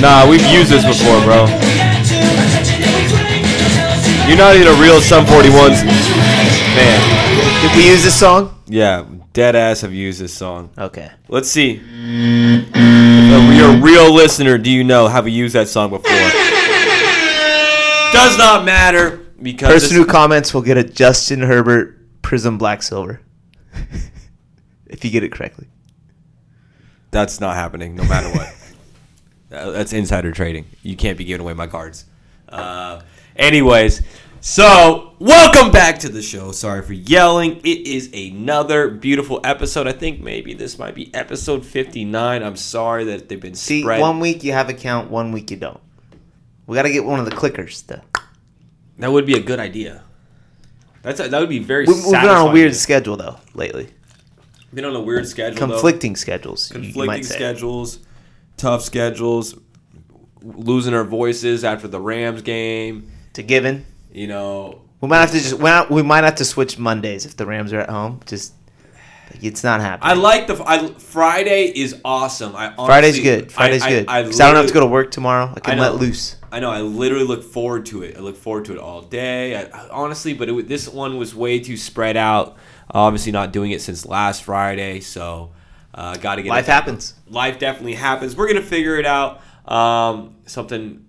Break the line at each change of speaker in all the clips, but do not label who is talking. Nah, we've used this before, bro. You're not even a real Sum 41's man.
Did we use this song?
Yeah, dead ass have used this song.
Okay.
Let's see. If you're a real listener, do you know have you used that song before? Does not matter because
Person
this-
who comments will get a Justin Herbert Prism Black Silver. if you get it correctly.
that's not happening no matter what. Uh, that's insider trading. You can't be giving away my cards. Uh, anyways, so welcome back to the show. Sorry for yelling. It is another beautiful episode. I think maybe this might be episode 59. I'm sorry that they've been
See,
spread.
one week you have a count, one week you don't. We gotta get one of the clickers though.
that would be a good idea. That's a, that would be very.
We, we've been on a
satisfying.
weird schedule though lately.
Been on a weird schedule. though.
Conflicting schedules. you- you
conflicting
might say.
schedules, tough schedules, losing our voices after the Rams game.
To given.
You know,
We might have to just we might- we might have to switch Mondays if the Rams are at home. Just like, it's not happening.
I like the I, Friday is awesome. I honestly,
Friday's good. Friday's
I,
good.
I, I,
'Cause I don't have to go
literally-
to work tomorrow. I can
I know.
let loose.
I know. I literally look forward to it. I look forward to it all day. I, I- honestly, but it, wa- this one was way too spread out. Obviously, not doing it since last Friday, so uh, got to get
Life
it.
happens.
life definitely happens. We're gonna figure it out. Um, something,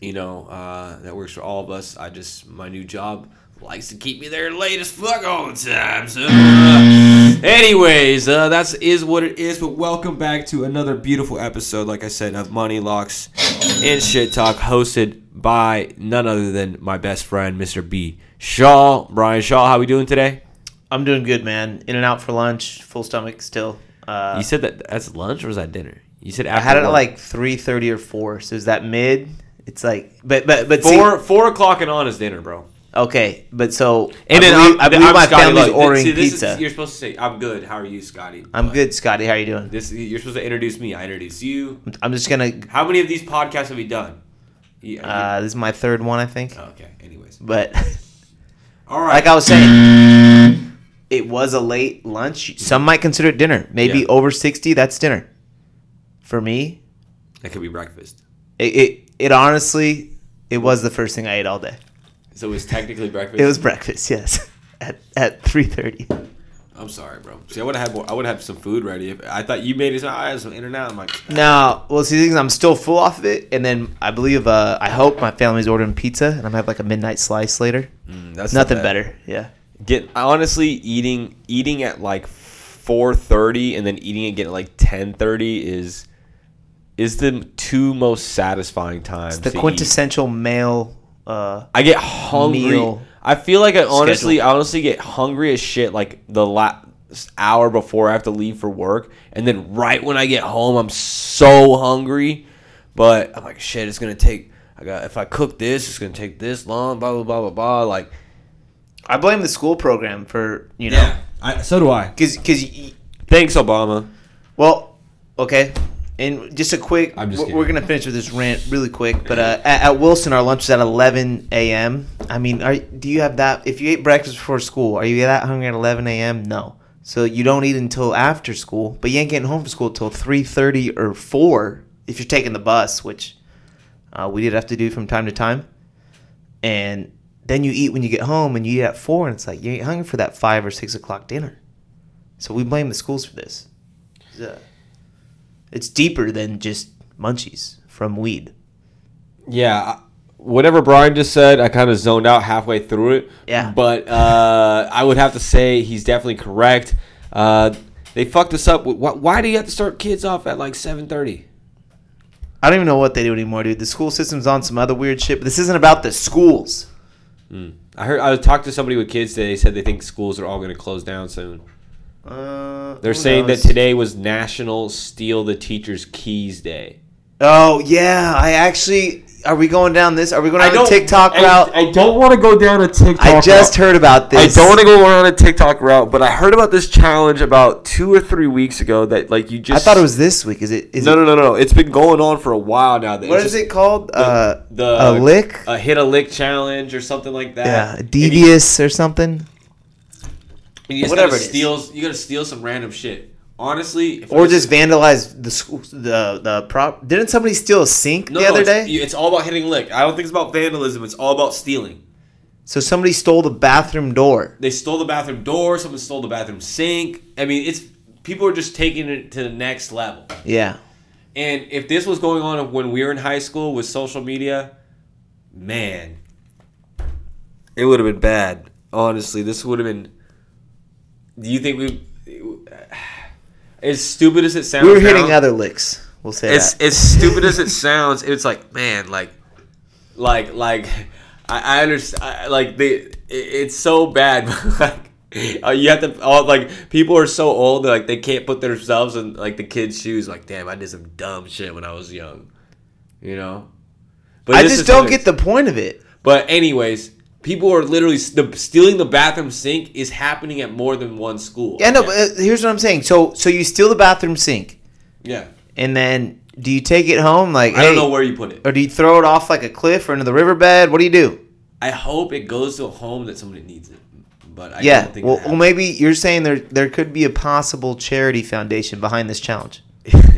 you know, uh, that works for all of us. I just my new job likes to keep me there late as fuck all the time. So, uh, anyways, uh, that's is what it is. But welcome back to another beautiful episode. Like I said, of Money Locks and Shit Talk, hosted by none other than my best friend, Mr. B. Shaw, Brian Shaw. How we doing today?
I'm doing good, man. In and out for lunch, full stomach still. Uh,
You said that that's lunch or was that dinner? You said
I
after
had it at
work.
like three thirty or four. So is that mid? It's like, but but but see-
Four four o'clock and on is dinner, bro.
okay, but so
And
I
then
believe,
I'm,
I believe
I'm
my
Scotty,
family's
look, th-
ordering
see, this is-
pizza.
you're supposed to say, "I'm good. How are you, Scotty?"
I'm
But
good, Scotty. How are you doing?
This you're supposed to introduce me. I introduce you.
I'm just gonna.
How many of these podcasts have you done? Yeah, I
Uh, this is my third one, I think.
mean- okay. Anyways,
But
all right.
like Uh, I was saying, it was a late lunch. Some might consider it dinner. Maybe
Yeah.
over sixty, that's dinner. For me,
that could be breakfast.
it, it it honestly it was the first thing I ate all day.
So it was technically breakfast.
It was breakfast, yes, at at three thirty.
I'm sorry, bro. See, I would have had more. I would have some food ready. If I thought you made it, so I had some in and out. I'm like,
Now, well, see, the thing is, I'm still full off of it, and then I believe, uh, I hope my family's ordering pizza, and I'm gonna have like a midnight slice later.
mm, that's not
Nothing
bad.
better, yeah.
Get honestly eating eating at like four thirty and then eating again at like ten thirty is is the two most satisfying times.
The
to eat.
quintessential male. Uh,
I get hungry.
meal
I feel like I honestly I honestly get hungry as shit like the last hour before I have to leave for work, and then right when I get home, I'm so hungry. But I'm like, shit, it's gonna take. I got if I cook this, it's gonna take this long. Blah blah blah blah blah. Like,
I blame the school program for you know,
I, so do I.
cause cause y-
Thanks, Obama.
Well, okay. And just a quick,
I'm just
we're, we're
kidding.
gonna finish with this rant really quick. But uh, at, at Wilson, our lunch is at 11 a.m. I mean, are, do you have that? If you ate breakfast before school, are you that hungry at 11 a.m.? No. So you don't eat until after school, but you ain't getting home from school till 3:30 or 4 if you're taking the bus, which uh, we did have to do from time to time. And then you eat when you get home, and you eat at four, and it's like you ain't hungry for that five or six o'clock dinner. So we blame the schools for this. It's, uh, it's deeper than just munchies from weed.
Yeah, I- whatever Brian just said, I kind of zoned out halfway through it.
Yeah.
But uh, I would have to say he's definitely correct. Uh, they fucked us up. Why, why do you have to start kids off at like seven thirty?
I don't even know what they do anymore, dude. The school system's on some other weird shit, but this isn't about the schools.
I heard I talked to somebody with kids today. They said they think schools are all going to close down soon.
Uh,
They're saying that today was National Steal the Teacher's Keys Day.
Oh yeah, I actually. Are we going down this? Are we going
I
down the
don't-
TikTok
I-
route?
I don't want to go down a TikTok.
I just
route.
heard about
I
this.
don't want to go on a TikTok route, but I heard about this challenge about two or three weeks ago. That like you
I
just
thought it was this week. Is it? Is
no no
it,
no no. It's been going on for a while now. That
What
it's
is
just
it called? uh,
the-
a lick.
A hit a lick challenge or something like that.
yeah,
And you-
devious or something.
you just
whatever
gotta
it is.
steals. You gotta steal some random shit. Honestly, if I
Or
was-
just vandalize the school, the the prop. Didn't somebody steal a sink
No,
the
no,
other
it's-
day?
you- It's all about hitting lick. I don't think it's about vandalism. It's all about stealing.
so somebody stole the bathroom door.
They stole the bathroom door. Someone stole the bathroom sink. I mean, it's people are just taking it to the next level.
Yeah,
And if this was going on when we were in high school with social media, man, it would have been bad. Honestly, this would have been. Do you think we? As stupid as it sounds,
we were
now,
hitting other licks. We'll say
It's
that.
as stupid as it sounds. It's like man, like, like, like, I, I understand. I, like they, it, it's so bad. but, like, uh, you have to all like people are so old. They're like they can't put themselves in like the kids' shoes. Like damn, I did some dumb shit when I was young. You know. But
I
this
just
is
don't
something-
get the point of it.
But anyways. People are literally the, stealing the bathroom sink is happening at more than one school.
Yeah, no. But uh, here's what I'm saying. So so you steal the bathroom sink,
yeah.
and then do you take it home? Like
I don't
hey,
know where you put it.
or do you throw it off like a cliff or into the riverbed? What do you do?
I hope it goes to a home that somebody needs it. But I
yeah.
don't think
Well,
it
well, maybe you're saying there there could be a possible charity foundation behind this challenge.
happened.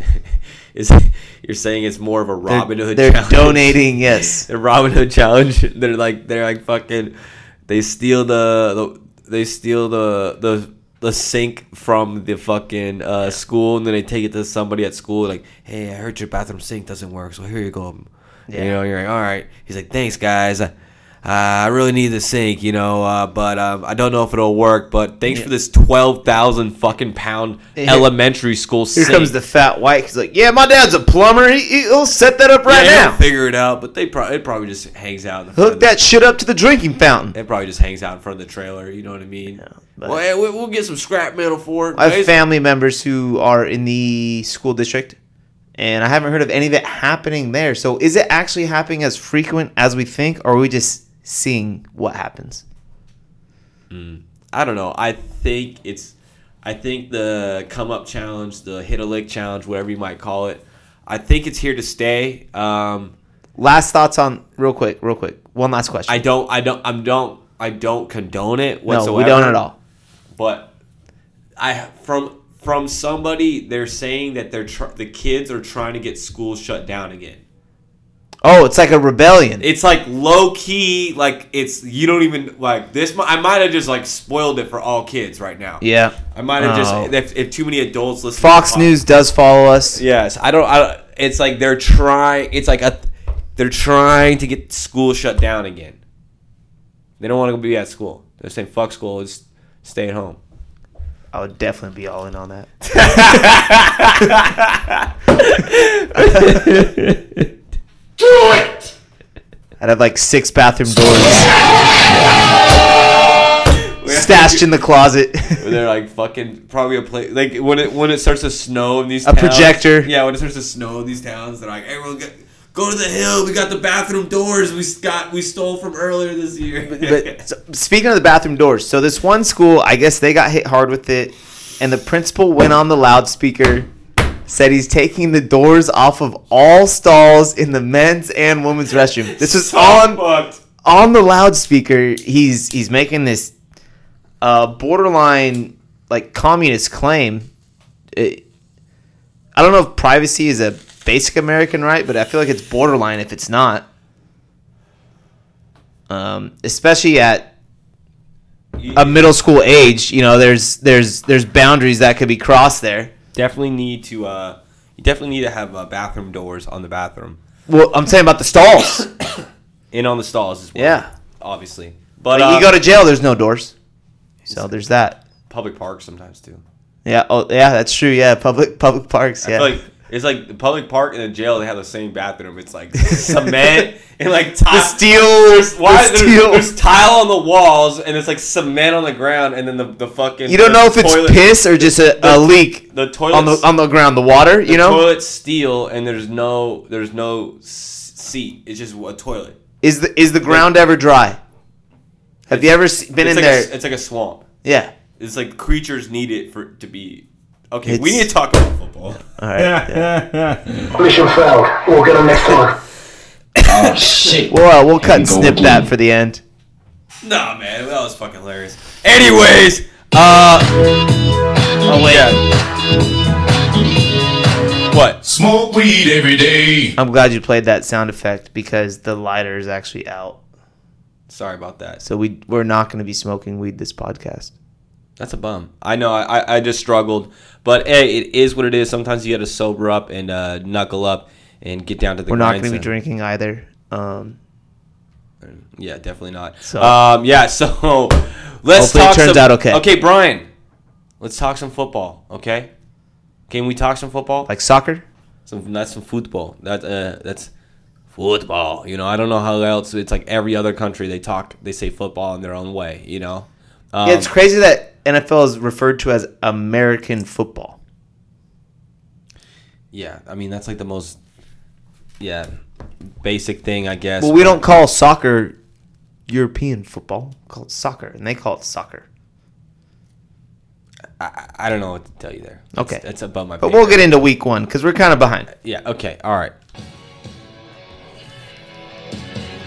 Is you're saying it's more of a Robin Hood
They're
challenge.
donating. Yes.
The Robin Hood challenge. They're like they're like fucking they steal the, the they steal the the the sink from the fucking uh, school and then they take it to somebody at school like, "Hey, I heard your bathroom sink doesn't work, so here you go." You
Yeah.
know, you're like, "All right." He's like, "Thanks, guys." Uh, I really need the sink, you know, uh, but um, I don't know if it'll work. But thanks
Yeah.
for this twelve thousand fucking pound
Yeah.
elementary school
Here
sink.
comes the fat white. He's like, yeah, my dad's a plumber. He, he'll set that up right
yeah, they'll
now.
Figure it out, but they probably it probably just hangs out. In the front of
Hook
the
that shit up to the drinking fountain.
It probably just hangs out in front of the trailer. You know what I mean?
but-
well, hey, we- we'll get some scrap metal for it.
I have
guys.
family members who are in the school district, and I haven't heard of any of it happening there. So, is it actually happening as frequent as we think, or are we just seeing what happens?
I don't know. I think it's. I think the come up challenge, the hit a lick challenge, whatever you might call it, I think it's here to stay. Um,
Last thoughts on real quick, real quick. One last question.
I don't. I don't. I don't. I don't condone it whatsoever.
no, we don't at all.
But I from from somebody they're saying that they're tr- the kids are trying to get schools shut down again.
Oh, it's like a rebellion.
it's like low key like it's you don't even like this mi- i might have just like spoiled it for all kids right now
yeah.
i might have
Oh.
just if, if too many adults listen to
Fox
the pod-
News does follow us.
yes i don't I, it's like they're trying it's like a they're trying to get school shut down again they don't want to be at school they're saying fuck school it's stay at home
I would definitely be all in on that. I'd have like six bathroom doors stashed in the closet.
They're like fucking probably a place like when it when it starts to snow in these
A
towns,
projector.
Yeah, when it starts to snow in these towns, they're like, everyone go, go to the hill. We got the bathroom doors we s- got we stole from earlier this year.
but so, speaking of the bathroom doors, so this one school, I guess they got hit hard with it, and the principal went on the loudspeaker, said he's taking the doors off of all stalls in the men's and women's restroom. This was
So
on
fucked.
on the loudspeaker, he's he's making this uh, borderline like communist claim. It, I don't know if privacy is a basic American right, but I feel like it's borderline if it's not. Um, especially at
You-
a middle school age, you know, there's there's there's boundaries that could be crossed there.
definitely need to uh, you definitely need to have uh, bathroom doors on the bathroom
Well, I'm saying about the stalls.
and on the stalls as well.
Yeah.
obviously. But uh,
Like, you go to jail, there's no doors. So there's that.
public parks sometimes too.
Yeah. Oh, yeah. That's true. Yeah. Public public parks. Yeah.
I feel like It's like the public park and the jail. They have the same bathroom. It's like cement and like tile.
The steel.
Why
the
there's,
steel.
there's tile on the walls and it's like cement on the ground and then the, the fucking
you don't know if
the
it's
toilet-
piss or just a, a leak
the toilet
on the on the ground. The water, you know,
toilet steel and there's no there's no s- seat. It's just a toilet.
is the is the ground ever dry? Have you ever s- been in
it's like
there?
A, it's like a swamp.
yeah.
It's like creatures need it for to be. Okay, we
It's-
need to talk about football.
All right. yeah.
Mission failed. We'll get them next time.
Oh shit.
We'll uh, we'll cut and
Go
snip
blue.
that for the end.
Nah, man, that was fucking hilarious. Anyways, uh,
Oh wait.
what?
Smoke weed every day.
I'm glad you played that sound effect because the lighter is actually out.
Sorry about that.
So we we're not going to be smoking weed this podcast.
That's a bum. I know. I, I- I just struggled, but hey, it is what it is. Sometimes you got to sober up and uh, knuckle up and get down to the.
We're not
grind,
going to be
son.
drinking either. Um,
Yeah, definitely not.
So-
um, yeah. So let's
Hopefully it
talk.
turns
some-
out okay.
Okay, Brian. Let's talk some football. Okay. Can we talk some football?
like soccer.
some not some football. That uh, that's football. You know, I don't know how else. It's like every other country they talk, they say football in their own way. You know. Um,
yeah, it's crazy that NFL is referred to as American football.
yeah, I mean that's like the most yeah basic thing I guess.
Well, we don't call soccer European football. We call it soccer, and they call it soccer.
I, I don't know what to tell you there.
Okay.
it's, it's above my.
But
pay
we'll
grade.
get into week one because we're kind of behind.
Yeah. Okay. All right.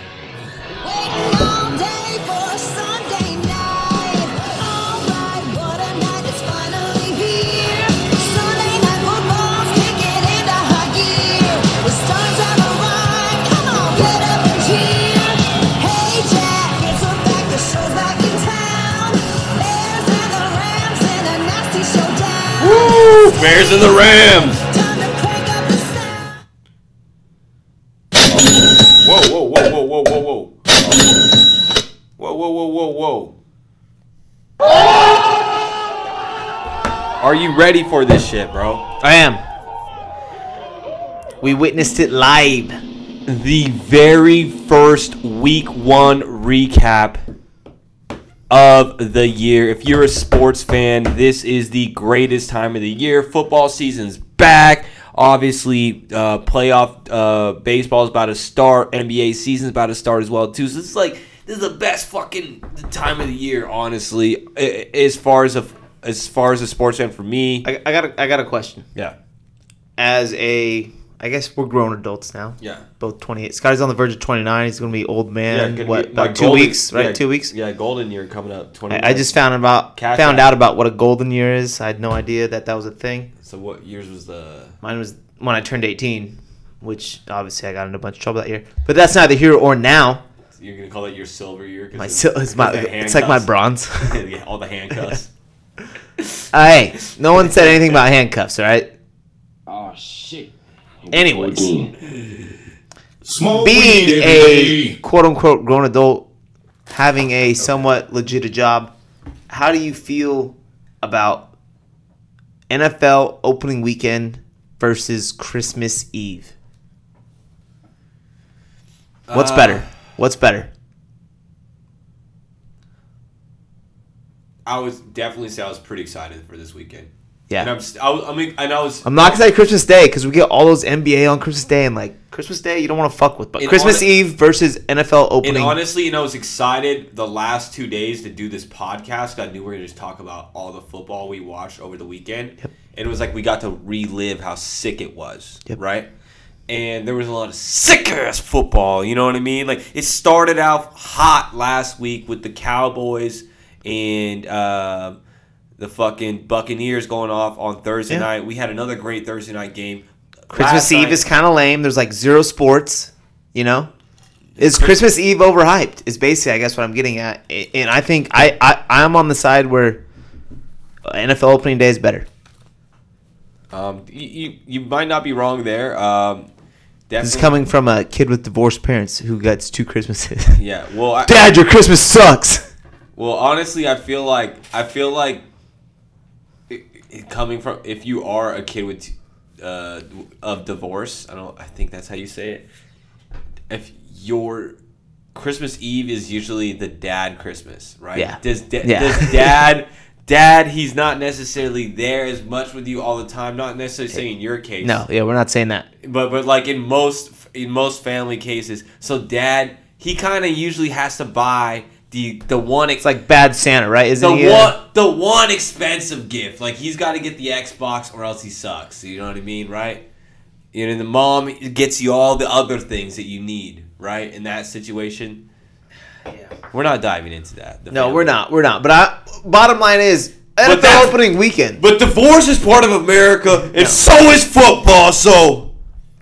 Waiting all day for a Sunday night. All right, what a night it's finally here. Sunday night football's kicking into high gear. The stars have arrived. Come on, get up and cheer. Hey Jack, it's a fact the show's back in town. Bears and the Rams in a nasty showdown.
Bears and the Rams.
Time to crank up the sound.
Whoa, whoa, whoa, whoa, whoa, whoa, whoa. Whoa, whoa, whoa, whoa, whoa. Are you ready for this shit, bro?
I am. We witnessed it live.
The very first week one recap of the year. If you're a sports fan, this is the greatest time of the year. Football season's back. Obviously, uh, playoff uh, baseball's about to start. NBA season's about to start as well too. So this is like this is the best fucking time of the year, honestly. a- a- As far as a as far as a sports fan for me,
I, I got a, I got a question.
yeah,
As a, I guess we're grown adults now.
yeah.
Both 28. Scotty's on the verge of 29. He's going to be old man. what? About two weeks, right? two weeks.
Yeah, golden year coming up. Twenty.
I, I just found about
Cash
found
out.
out about what a golden year is. I had no idea that that was a thing.
So what years was the?
Mine was when I turned 18, which obviously I got into a bunch of trouble that year. But that's neither here or now.
You're gonna call that your silver year?
My sil- it's my it's like my bronze.
yeah, all the handcuffs.
Uh, hey, no one said anything about handcuffs, all right?
Oh shit.
Anyways,
Smoke
being
weed every
a
day.
quote unquote grown adult, having a somewhat legit job, how do you feel about NFL opening weekend versus Christmas Eve? What's
Uh,
better? What's better?
I was definitely say I was pretty excited for this weekend.
Yeah.
And I'm st- I, was, I mean, and I was.
I'm not gonna say Christmas Day because we get all those NBA on Christmas Day and like Christmas Day you don't want to fuck with, but
And
Christmas
hone-
Eve versus NFL
And
opening.
honestly, and I was excited the last two days to do this podcast. I knew we were gonna just talk about all the football we watched over the weekend, and it was like we got to relive how sick it was,
Yep.
right? And there was a lot of sick ass football. You know what I mean? Like it started out hot last week with the Cowboys and uh, the fucking Buccaneers going off on Thursday
Yeah.
night. We had another great Thursday night game.
Christmas
Last
Eve
night-
is kind of lame. There's like zero sports, you know. Is Christmas Eve overhyped? Is basically I guess what I'm getting at, A- and I think I I I'm on the side where uh, NFL opening day is better.
Um, you, you you might not be wrong there. Um,
This is
definitely,
coming from a kid with divorced parents who gets two Christmases.
yeah. Well, I,
Dad, your Christmas sucks.
well, honestly, I feel like I feel like it, it coming from if you are a kid with t- uh, of divorce. I don't. I think that's how you say it. If your Christmas Eve is usually the dad Christmas, right?
Yeah.
Does da-
Yeah.
does dad dad he's not necessarily there as much with you all the time. Not necessarily saying in your case.
No, yeah, we're not saying that.
But but like in most in most family cases, so dad he kind of usually has to buy the the one
It's like bad Santa, right? Isn't
the
he? uh,
one the one expensive gift. Like he's got to get the Xbox or else he sucks. You know what I mean, right? You know, the mom gets you all the other things that you need, right? In that situation, yeah. We're not diving into that. the
no,
family.
we're not. We're not. But I, bottom line is NFL
that's-
opening weekend.
But divorce is part of America, and so is football. So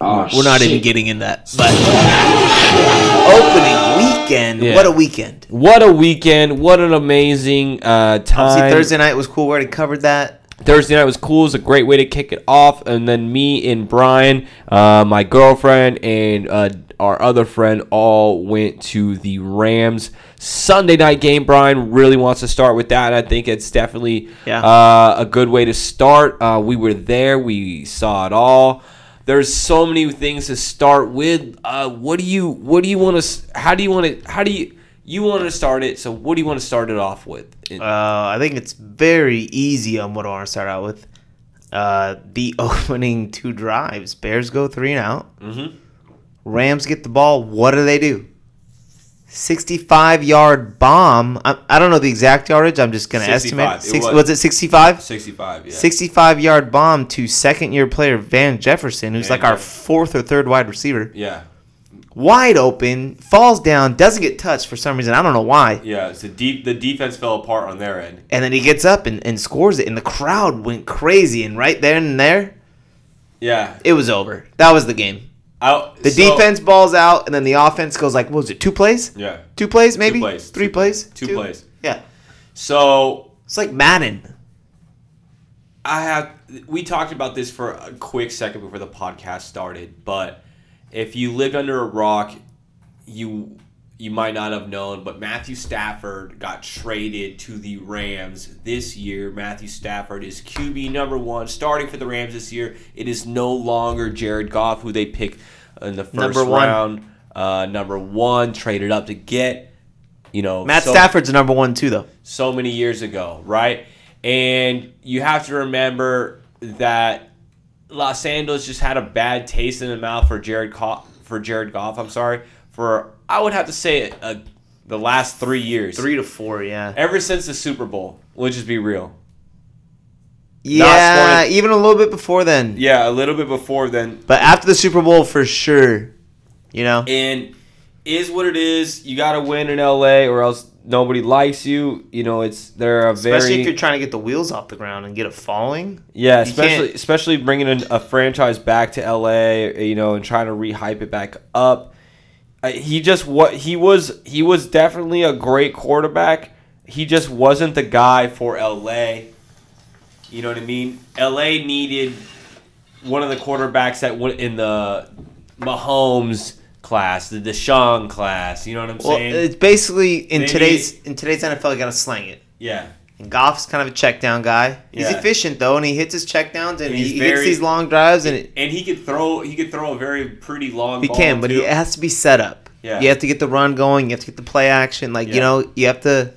Oh,
we're not even
shit.
getting in that. But opening weekend.
Yeah.
What a weekend!
what a weekend! What an amazing uh, time.
See, Thursday night was cool. We already covered that.
Thursday night was cool. It was a great way to kick it off. And then me and Brian, uh, my girlfriend, and uh, our other friend all went to the Rams Sunday night game. Brian really wants to start with that. I think it's definitely
Yeah.
uh, a good way to start. Uh, we were there, we saw it all. There's so many things to start with. Uh, what do you What do you want to? How do you want to? How do you you want to start it? So what do you want to start it off with?
Uh, I think it's very easy on what I want to start out with. Uh, the opening two drives. Bears go three and out.
Mhm.
Rams get the ball. What do they do? 65 yard bomb. I, I don't know the exact yardage. I'm just going to
65.
estimate.
It
Six,
was-
was. it 65?
65. Yeah.
65 yard bomb to second year player Van Jefferson, who's
Van
like our
Jefferson.
fourth or third wide receiver.
Yeah.
Wide open, falls down, doesn't get touched for some reason. I don't know why.
Yeah, it's the deep. The defense fell apart on their end.
And then he gets up and, and scores it, and the crowd went crazy. And right there and there,
Yeah,
it was over. That was the game.
out
The
so-
defense balls out, and then the offense goes like, what was it, two plays?
Yeah,
Two plays, maybe?
plays.
Three
Two-
plays?
two plays.
Yeah.
So
It's like Madden.
I have. We talked about this for a quick second before the podcast started, but if you lived under a rock, you you might not have known, but Matthew Stafford got traded to the Rams this year. Matthew Stafford is QB number one, starting for the Rams this year. It is no longer Jared Goff, who they pick in the first
Number one.
round, uh, number one, traded up to get. You know,
Matt
so-
Stafford's number one, too, though.
so many years ago, right? And you have to remember that Los Angeles just had a bad taste in the mouth for Jared Goff, for Jared Goff. I'm sorry for I would have to say uh, the last three years,
Three to four, yeah.
ever since the Super Bowl. Let's just be real.
Yeah,
scoring-
even a little bit before then.
Yeah, a little bit before then,
But after the Super Bowl, for sure. You know?
and is what it is. You got to win in LA, or else nobody likes you. You know, it's they're a very
especially if you're trying to get the wheels off the ground and get it falling.
Yeah,
You can't-
especially especially bringing an, a franchise back to LA, you know, and trying to rehype it back up. Uh, He just what he was he was definitely a great quarterback. He just wasn't the guy for LA. You know what I mean? LA needed one of the quarterbacks that went in the Mahomes class, the Deshaun class. You know what I'm
Well,
saying?
it's basically in
They
today's in today's NFL, you got to slang it.
yeah.
And Goff's kind of a check down guy. He's
Yeah.
efficient though, and he hits his check downs and
He's
he, he
very-
hits these long drives, and it,
And he could throw he could throw a very pretty long
he
ball
can, but
too.
it has to be set up.
Yeah.
You have to get the run going. You have to get the play action. Like you
Yeah.
know, you have to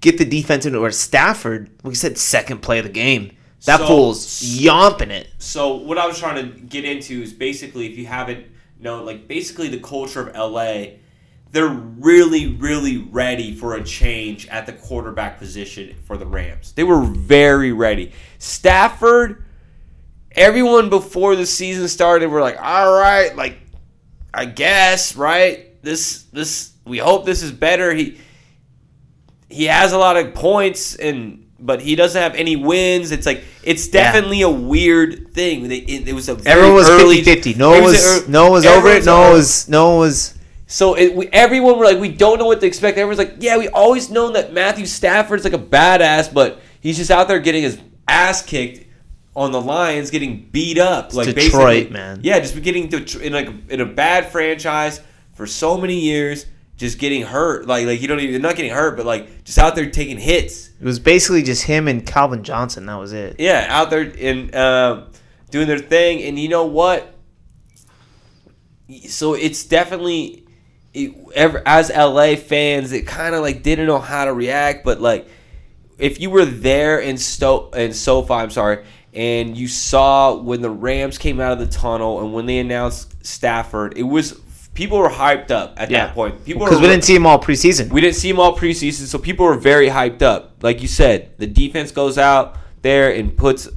get the defense into it. Where Stafford, we said second play of the game. That
So-
fool's yomping it.
so what I was trying to get into is basically if you haven't known, like basically the culture of LA, they're really, really ready for a change at the quarterback position for the Rams. They were very ready. Stafford, everyone before the season started were like, all right, like I guess, right? This this we hope this is better. He he has a lot of points and but he doesn't have any wins. It's like it's definitely a weird thing. They, it, it was a very
Everyone was
early,
50-50. No one
it
was,
a-
no one was over it.
everyone's
No
over
one was no one was.
so it, we, everyone were like, we don't know what to expect. Everyone's like, yeah, we always known that Matthew Stafford's like a badass, but he's just out there getting his ass kicked on the Lions, getting beat up. Like
Detroit,
basically-
man.
Yeah, just getting det- in like in a bad franchise for so many years, just getting hurt. Like like you don't even not getting hurt, but like just out there taking hits.
It was basically just him and Calvin Johnson. That was it.
Yeah, out there in uh, doing their thing. And you know what? So it's definitely it, ever, as LA fans, it kind of like didn't know how to react. But like, if you were there in Sto in SoFi, I'm sorry, and you saw when the Rams came out of the tunnel and when they announced Stafford, it was people were hyped up at
Yeah.
that point. People
Because
were
we didn't see him all preseason.
we didn't see him all preseason, so people were very hyped up. Like you said, the defense goes out there and puts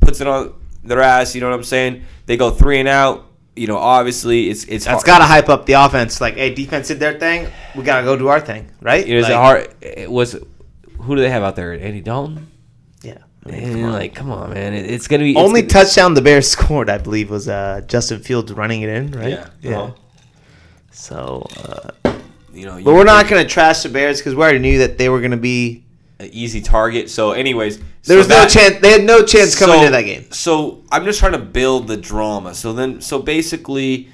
puts it on their ass. You know what I'm saying? They go three and out. You know, obviously it's it's
That's
hard.
got to hype up the offense. Like, hey, defense did their thing. We got to go do our thing, right?
It is
Like,
hard. It was who do they have out there? Andy Dalton.
Yeah.
Man, Like, come on, man! It- it's gonna be it's
Only
gonna-
touchdown the Bears scored, I believe, was uh, Justin Fields running it in, right?
Yeah. Uh-huh.
So, uh,
You know,
but we're not going to trash the Bears because we already knew that they were going to be.
an easy target. So, anyways,
There was
so that-
no chance. They had no chance coming
So-
into that game.
So I'm just trying to build the drama. So then, so basically,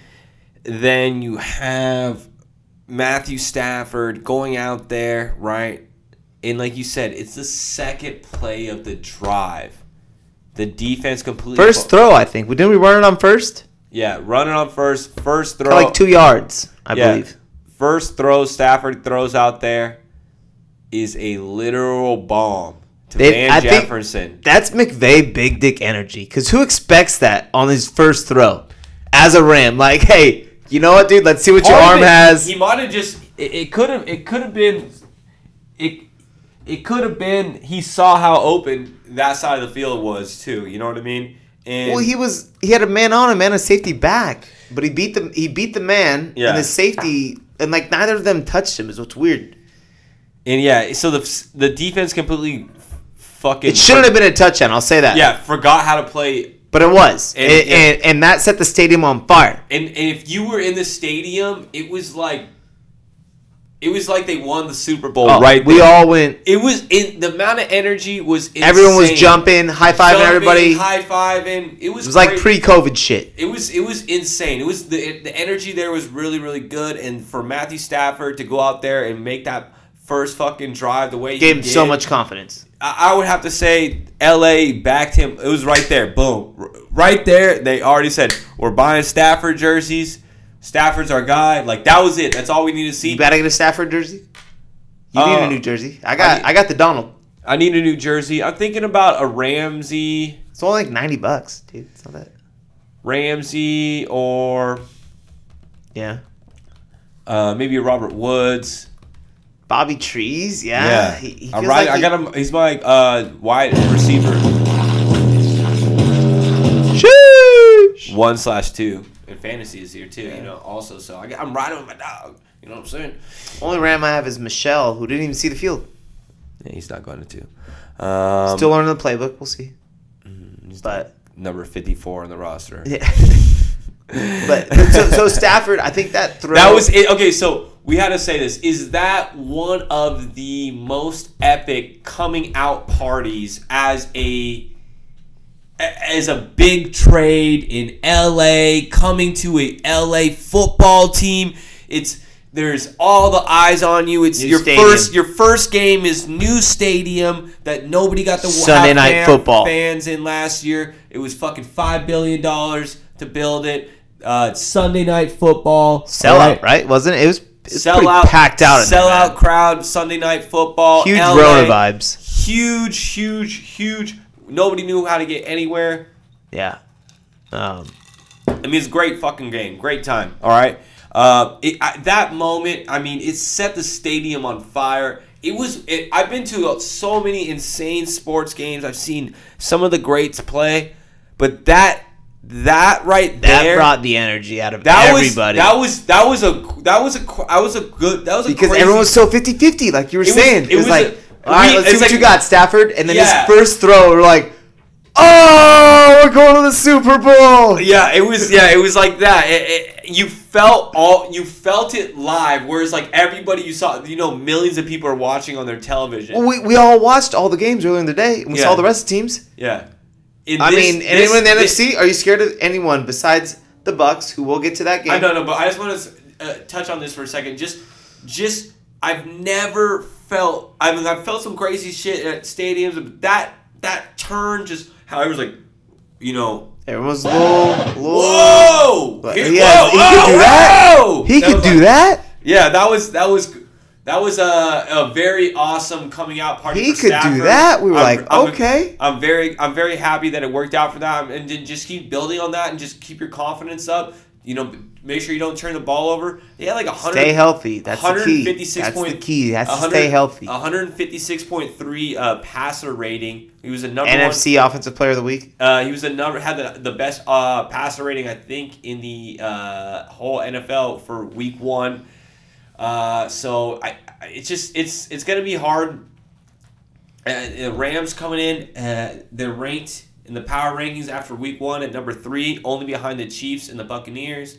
then you have Matthew Stafford going out there, right? And like you said, it's the second play of the drive. The defense completely
First throw, I think. Didn't we run it on first?
yeah, running on first, first throw,
For like two yards, I
Yeah.
believe.
first throw Stafford throws out there is a literal bomb to
They-
Van
I think-
Jefferson.
That's McVay big dick energy. Because who expects that on his first throw as a Ram? Like, hey, you know what, dude? Let's see what your
Part
arm
of it,
has.
He might have just. It, it could have. It could have been. It. It could have been. He saw how open that side of the field was too. You know what I mean? And
well, he was he had a man on him and a safety back, but he beat the he beat the man
Yeah.
and the safety, and like neither of them touched him. Is what's weird.
and yeah. So the the defense completely fucking.
It shouldn't have been a touchdown. I'll say that.
Yeah, forgot how to play.
but it was,
And-
and and, and, that set the stadium on fire.
And, and if you were in the stadium, it was like. It was like they won the Super Bowl
Oh,
right
we
there.
all went.
It was in the amount of energy was. Insane.
Everyone was jumping, high fiving everybody.
high fiving. It was.
it was like
crazy.
pre-COVID shit.
It was it was insane. It was the the energy there was really really good, and for Matthew Stafford to go out there and make that first fucking drive the way he
Gave him
did,
so much confidence.
I, I would have to say L.A. backed him. It was right there, boom, R- right there. They already said we're buying Stafford jerseys. Stafford's our guy. Like that was it. That's all we need to see.
You better get a Stafford jersey. You need
Uh,
a new jersey. I got. I,
need-
got the Donald.
I need a new jersey. I'm thinking about a Ramsey,
It's only like ninety bucks, dude. It's not that.
Ramsey, or
Yeah.
uh, maybe a Robert Woods.
Bobby Trees. Yeah.
Yeah.
Ah, He, he
All
feels
right,
like
I
he-
got him. He's my uh, wide receiver,
Sheesh.
one slash two. And fantasy is here too, you know. Also, so I got, I'm riding with my dog. You know what I'm saying?
Only Ram I have is Michelle, who didn't even see the field.
Yeah, he's not going to two. Um,
Still learning the playbook. We'll see.
Mm,
But
number 54 on the roster.
yeah. but so, so Stafford, I think that throw
That was it. Okay, so we had to say this. Is that one of the most epic coming out parties as a as a big trade in LA coming to a LA football team? It's there's all the eyes on you. It's
New
your
stadium.
first your first game is new stadium that nobody got the
Sunday
have
night
fan-
football.
fans in last year. It was fucking five billion dollars to build it. Uh, it's Sunday night football
sellout,
All
right? Wasn't it? It was, it was
Sell
pretty
out,
packed out. in
sell
there, man.
out crowd. Sunday night football,
Huge
LA,
Rona vibes.
Huge, huge, huge. Nobody knew how to get anywhere.
Yeah. Um,
I mean, it's a great fucking game. Great time. All right. Uh, it, I, that moment, I mean, it set the stadium on fire. It was. It, I've been to so many insane sports games. I've seen some of the greats play, but that that right
that
there.
brought the energy out of
that was
everybody.
that was that was a that was a qu- that was a good that was a
because
crazy-
everyone was so 50-50, like you were
was-
saying.
it
It, was,
was
like,
a-
all right,
we- it's
let's see what
like-
you got, Stafford. And then
Yeah.
his first throw, we're like, oh, we're going to the Super Bowl.
Yeah, it was. Yeah, it was like that. It, it, you felt all. You felt it live. Whereas like everybody you saw, you know, millions of people are watching on their television.
Well, we, we all watched all the games earlier in the day, and we
Yeah.
saw the rest of the teams.
yeah. In
I
this-
mean,
this-
anyone in the
this-
NFC? Are you scared of anyone besides the Bucks, who will get to that game?
I don't know, but I just want to uh, touch on this for a second. Just, just I've never felt. I mean, I've felt some crazy shit at stadiums, but that that turn just how I was like, you know,
Everyone's a little, little
Whoa!
But-
Here-
yeah, he could do that.
whoa!
He
That
could
was
do
like-
that.
Yeah, that was that was that was a, a very awesome coming out party.
He
for
could do
Stafford.
that? We were like, okay.
I'm very I'm very happy that it worked out for that, and then just keep building on that, and just keep your confidence up. You know, make sure you don't turn the ball over. They had like a hundred.
Stay healthy. That's the key.
156
That's the
point-
key. That's to
100
stay healthy.
156.3 uh, passer rating. He was a number one.
NFC Offensive Player of the Week.
Uh, he was a number had the, the best uh, passer rating I think in the uh, whole NFL for Week One. Uh, so I, I it's just it's it's gonna be hard. Uh, the Rams coming in, uh, they're ranked in the power rankings after Week One at number three, only behind the Chiefs and the Buccaneers.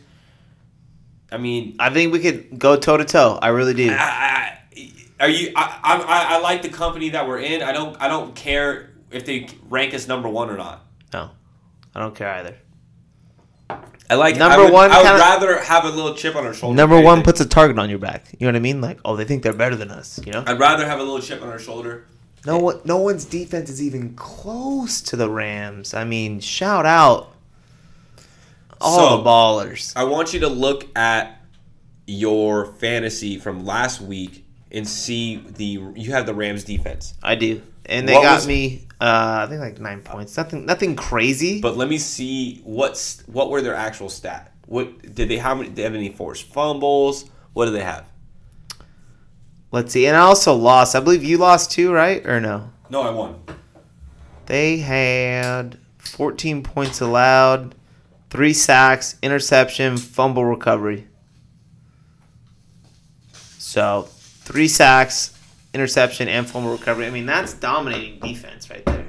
I mean,
I think we could go toe to toe. I really do.
I, I, are you? I, I I- I like the company that we're in. I don't I don't care if they rank us number one or not.
No, I don't care either.
I like
Number
I would,
one
I would
kinda-
rather have a little chip on our shoulder.
Number
if
one
anything.
puts a target on your back. You know what I mean? Like, oh, they think they're better than us. You know?
I'd rather have a little chip on our shoulder.
No one, no one's defense is even close to the Rams. I mean, shout out all
So- uh,
the ballers.
I want you to look at your fantasy from last week and see the you have the Rams defense.
I do, and they
What
got
was-
me. Uh, I think like nine points. Nothing, nothing crazy.
But let me see what's what were their actual stat. What did they have? Did they have any forced fumbles? What do they have?
Let's see. And I also lost. I believe you lost too, right? Or no?
No, I won.
They had 14 points allowed, three sacks, interception, fumble recovery. So, three sacks, interception, and fumble recovery. I mean, that's dominating defense right there.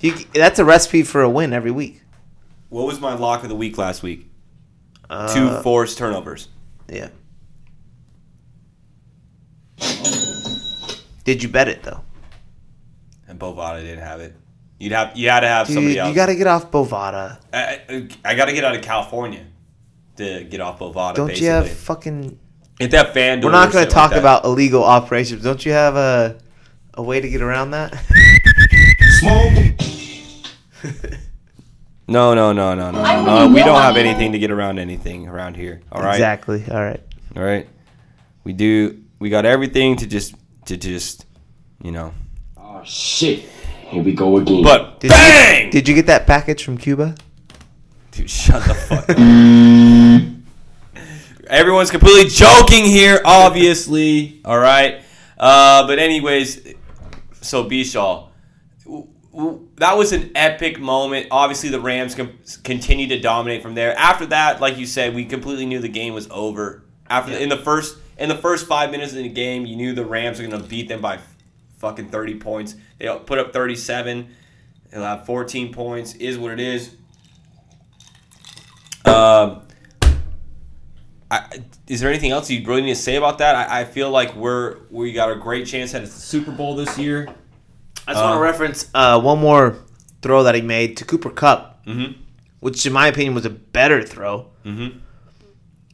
If you, that's a recipe for a win every week.
What was my lock of the week last week?
Uh,
Two forced turnovers.
Yeah. Did you bet it though?
And Bovada didn't have it. You'd have you had to have
Dude,
somebody else.
you got to get off Bovada.
I, I- I got to get out of California to get off Bovada.
Don't
basically.
you have fucking
Hit that fan.
We're not going to talk about illegal operations. Don't you have a a way to get around that?
Smoke.
No, no, no, no, no. no. No, we don't have anything to get around anything around here. All right.
Exactly. All right.
All right. We do. We got everything to just to just, you know.
Oh shit. Here we go again.
But
Did
bang!
You, did you get that package from Cuba?
Dude, shut the fuck up. Everyone's completely joking here, obviously. All right. Uh, but anyways, so Bishaw, w- w- that was an epic moment. Obviously, the Rams com- continued to dominate from there. After that, like you said, we completely knew the game was over. After in the first in the first five minutes of the game, you knew the Rams were gonna beat them by f- fucking thirty points. They put up thirty seven. They'll have fourteen points. Is what it is. Um, I, is there anything else you really need to say about that? I, I feel like we're we got a great chance at a Super Bowl this year.
I just
Uh,
want to reference uh, one more throw that he made to Cooper Cup,
Mhm.
which in my opinion was a better throw.
Mhm.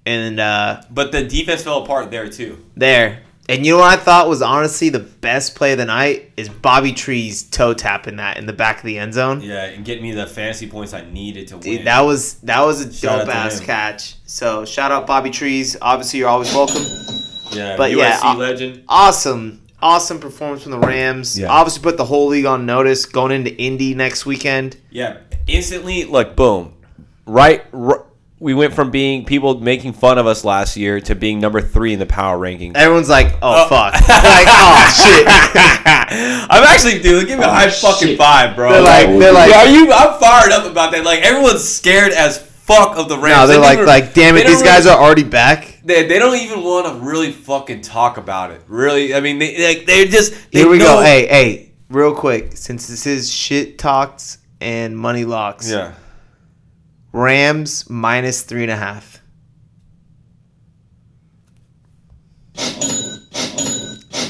And uh,
But the defense fell apart there too.
there. And you know what I thought was honestly the best play of the night is Bobby Tree's toe tapping that in the back of the end zone.
Yeah, and get me the fantasy points I needed to win.
Dude, that was that was a
Shout out
dope
to
ass
him.
catch. So shout out Bobby Trees. Obviously, you're always welcome.
yeah,
but
but
yeah, uh,
USC
I-
legend.
Awesome, awesome performance from the Rams.
Yeah.
Obviously, put the whole league on notice going into Indy next weekend.
Yeah, instantly, look, boom, right, right. We went from being people making fun of us last year to being number three in the power ranking.
Everyone's like, "Oh, fuck!" like, "Oh shit!"
I'm actually, dude, give me a high fucking
shit.
five, bro.
Oh, they're like, they're like,
Yeah, are you? I'm fired up about that. Like everyone's scared as fuck of the Rams.
no, they're
They
like,
don't-
like, damn
they
it,
don't
these guys
really-
are already back.
They, they don't even want to really fucking talk about it. Really, I mean, they like they're just. They
Here we
know-
go. Hey, hey, real quick, since this is shit talks and money locks.
Yeah.
Rams minus three and a half.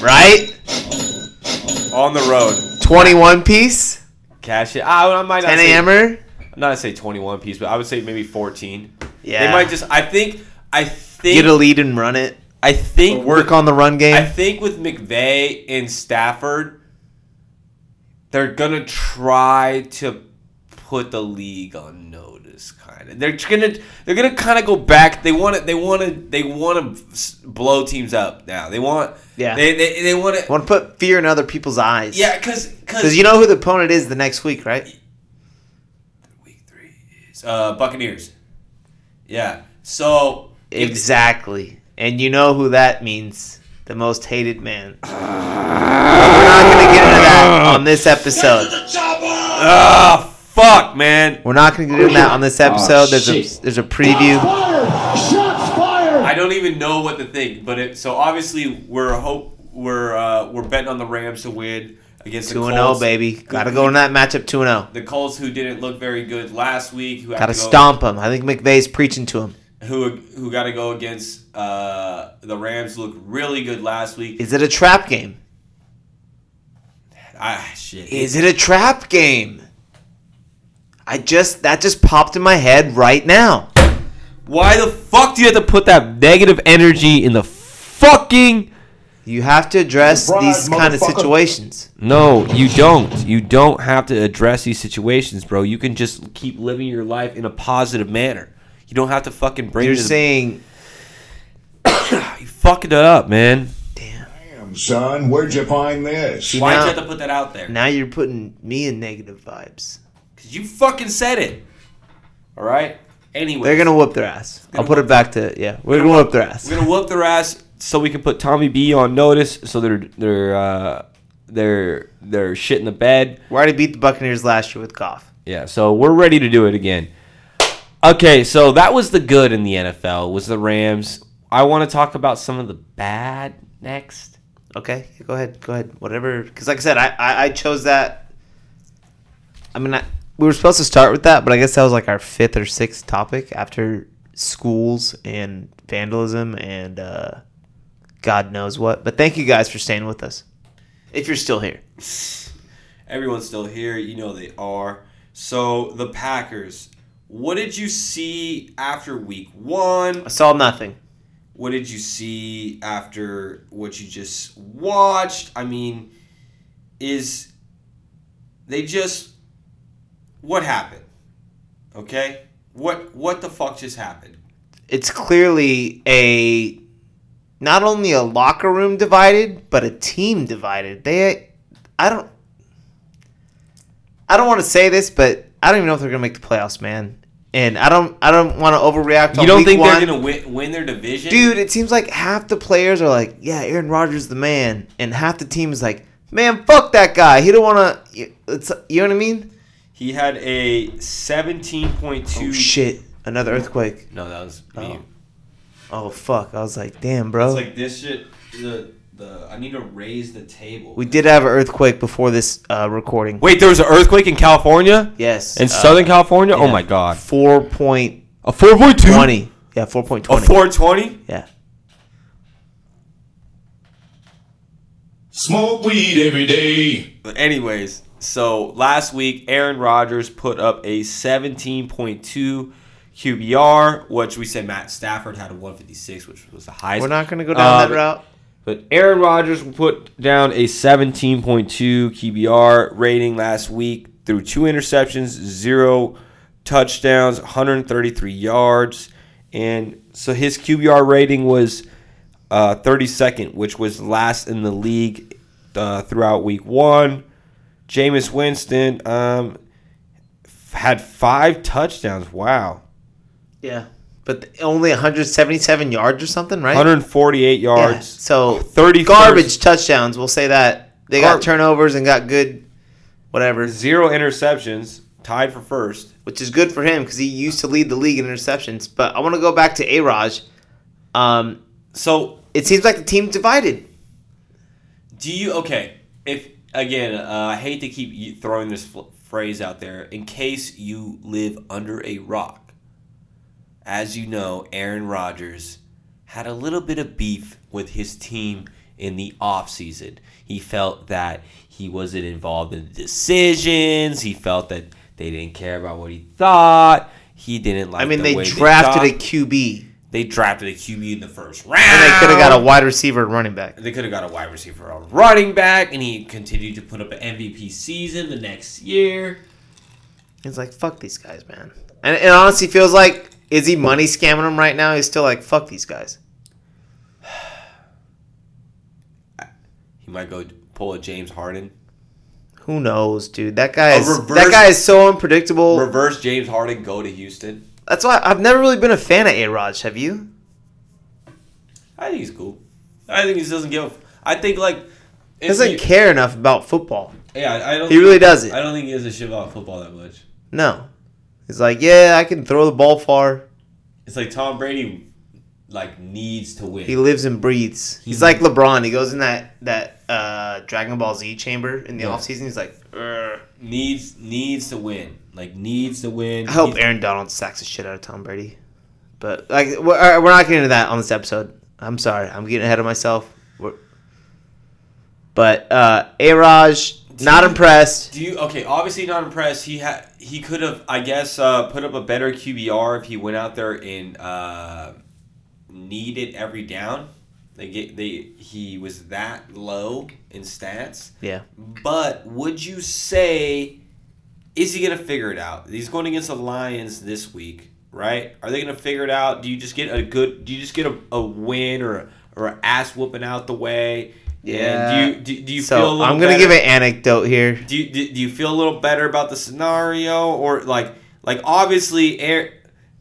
Right?
On the road.
21 piece?
Cash it. I, I might not
10
say,
a.m.er?
not say 21 piece, but I would say maybe 14.
Yeah.
They might just. I think. I think.
get a lead and run it.
I think.
Work on the run
I
game.
think with McVay and Stafford, they're gonna try to put the league on notice. is kind of they're gonna they're gonna kind of go back. They want to they want to they want to blow teams up now. They want
Yeah.
they they, they want to
Want to put fear in other people's eyes.
yeah because
Because you know who the opponent is the next week, right?
week three is uh, Buccaneers. Yeah, so if-
Exactly. And you know who that means. The most hated man. But We're not going to get into that on this episode.
Ah, fuck, man.
We're not going to get into that on this episode. There's a
shit.
there's a preview.
I don't even know what to think. But it, so obviously we're hope we're uh, we're betting on the Rams to win against
Two
the
and
Colts.
zero, baby. Got to go in that matchup two and oh. zero.
The Colts who didn't look very good last week. Who have
Got to
go-
stomp him. I think McVay's preaching to him.
Who who got to go against uh, the Rams? Looked really good last week.
Is it a trap game?
ah shit.
Is it a trap game? I just that just popped in my head right now.
Why the fuck do you have to put that negative energy in the fucking?
You have to address
Surprise,
these kind of
motherfucker.
situations.
No, you don't. You don't have to address these situations, bro. You can just keep living your life in a positive manner. You don't have to fucking bring.
You're
this-
saying
you fucking it up, man.
Son, where'd you find this?
Why
now-
would you have to put that out there?
now you're putting me in negative vibes.
Because you fucking said it. All right. Anyway,
They're gonna whoop their ass. I'll put it back to yeah. We're gonna whoop their ass.
We're gonna whoop their ass so we can put Tommy B on notice. So they're they're uh, they're they're shit in the bed.
We already beat the Buccaneers last year with Goff.
Yeah. So we're ready to do it again. Okay. So that was the good in the NFL was the Rams. I want to talk about some of the bad next.
Okay, go ahead, go ahead. Whatever, because like I said, I, I I chose that. I mean, I, we were supposed to start with that, but I guess that was like our fifth or sixth topic after schools and vandalism and uh, God knows what. But thank you guys for staying with us. If you're still here,
Everyone's still here. You know they are. So the Packers. What did you see after week one?
I saw nothing.
what did you see after what you just watched? I mean, is they just what happened? Okay? What what the fuck just happened?
It's clearly a not only a locker room divided, but a team divided. They, I don't, I don't want to say this, but I don't even know if they're gonna make the playoffs, man. And I don't, I don't want to overreact.
You
on
don't
week
think
one.
they're going to win, win their division?
dude? It seems like half the players are like, "Yeah, Aaron Rodgers the man," and half the team is like, "Man, fuck that guy. He don't want to." It's you know what I mean?
He had a 17.2
Oh shit! Another earthquake.
No, that was me.
Oh. Oh fuck! I was like, "Damn, bro."
It's like this shit the the I need to raise the table.
we did have an earthquake before this uh, recording.
Wait, there was an earthquake in California?
Yes. uh,
California? Oh
yeah. Four point
A 4.2
twenty. Yeah, four point
A
twenty.
420?
yeah.
Smoke weed every day.
But anyways, so last week Aaron Rodgers put up a 17.2 QBR, which we said Matt Stafford had a 156, which was the highest.
We're not gonna go down
Um,
that route.
But Aaron Rodgers put down a 17.2 QBR rating last week through two interceptions, zero touchdowns, 133 yards, and so his QBR rating was uh, 32nd, which was last in the league uh, throughout week one. Jameis Winston um, f- had five touchdowns. Wow.
Yeah. But th- only 177 yards or something, right?
148
Yeah,
yards.
So
30
garbage touchdowns. We'll say that they
Gar-
got turnovers and got good, whatever,
Zero interceptions, tied for first.
which is good for him because he used to lead the league in interceptions. But I want to go back to Araj. Um,
So
it seems like the team's divided.
Do you okay? If again, uh, I hate to keep you- throwing this fl- phrase out there. In case you live under a rock, as you know, Aaron Rodgers had a little bit of beef with his team in the offseason. He felt that he wasn't involved in the decisions. He felt that they didn't care about what he thought. He didn't like.
I mean,
the
they
way
drafted
they,
a
thought.
QB
They drafted a QB in the first
and
round.
they could have got a wide receiver and running back.
They could have got a wide receiver, a running back, and he continued to put up an MVP season the next year.
It's like fuck these guys, man. And it honestly feels like is he money scamming them right now? He's still like fuck these guys.
He might go pull a James Harden.
Who knows, dude? That guy
A
is that
reverse-
guy is so unpredictable.
Reverse James Harden, go to Houston.
That's why I've never really been a fan of A Raj. Have you?
I think he's cool. I think he doesn't give. I think like if
Doesn't
you-
care enough about football.
Yeah, I don't.
He really doesn't.
I don't think he gives a shit about football that much.
No, he's like, yeah, I can throw the ball far.
It's like Tom Brady, like needs to win.
He lives and breathes.
Mm-hmm.
He's like LeBron. He goes in that that uh, Dragon Ball Z chamber in the
Yeah.
off offseason. He's like, "Ugh."
needs needs to win. Like needs to win.
I hope
Needs-
Aaron Donald sacks the shit out of Tom Brady. But like, we're, all right, we're not getting into that on this episode. I'm sorry, I'm getting ahead of myself. We're... But uh, A Raj, not impressed.
Do you okay? Obviously not impressed. He had he could have I guess uh, put up a better QBR if he went out there and uh, needed every down. They get they he was that low in stats.
Yeah,
But would you say is he gonna figure it out? He's going against the Lions this week, right? Are they gonna figure it out? Do you just get a good? Do you just get a, a win or a, or a ass whooping out the way?
Yeah.
And do you do, do you
so
feel? A little
I'm gonna
better?
give an anecdote here.
do you, do, do you feel a little better about the scenario or like like obviously air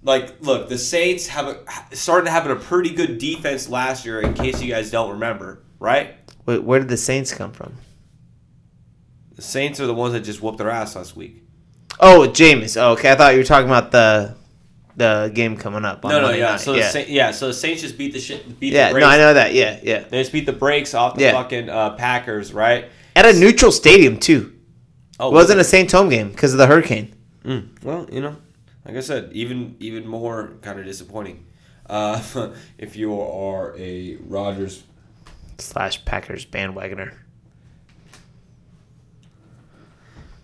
like look the saints have a started having a pretty good defense last year in case you guys don't remember right
Wait, where did the Saints come from?
the saints are the ones that just whooped their ass last week
Oh, Jameis. Oh, okay, I thought you were talking about the the game coming up. On
no no
Monday
yeah
night.
so
yeah,
The, Sa- yeah so the saints just beat the shit beat
yeah.
the brakes.
No, I know that. Yeah, yeah.
they just beat the brakes off the
Yeah.
fucking uh, packers right
At a neutral stadium too.
oh
It wasn't a Saints home game because of the hurricane.
Mm. Well, you know, like I said, even even more kind of disappointing. Uh, if you are a Rogers
slash Packers bandwagoner.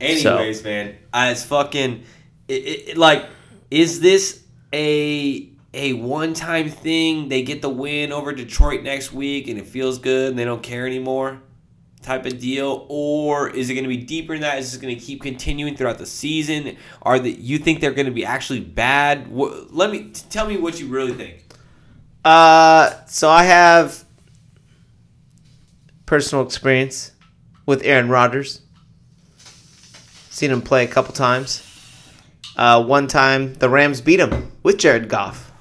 Anyways, man, I, it's fucking it, it, it- like is this a a one time thing? They get the win over Detroit next week and it feels good and they don't care anymore type of deal or is it going to be deeper than that is this going to keep continuing throughout the season are that you think they're going to be actually bad Wha- let me t- tell me what you really think
Uh, so I have personal experience with Aaron Rodgers. Seen him play a couple times. Uh, one time the Rams beat him with Jared Goff.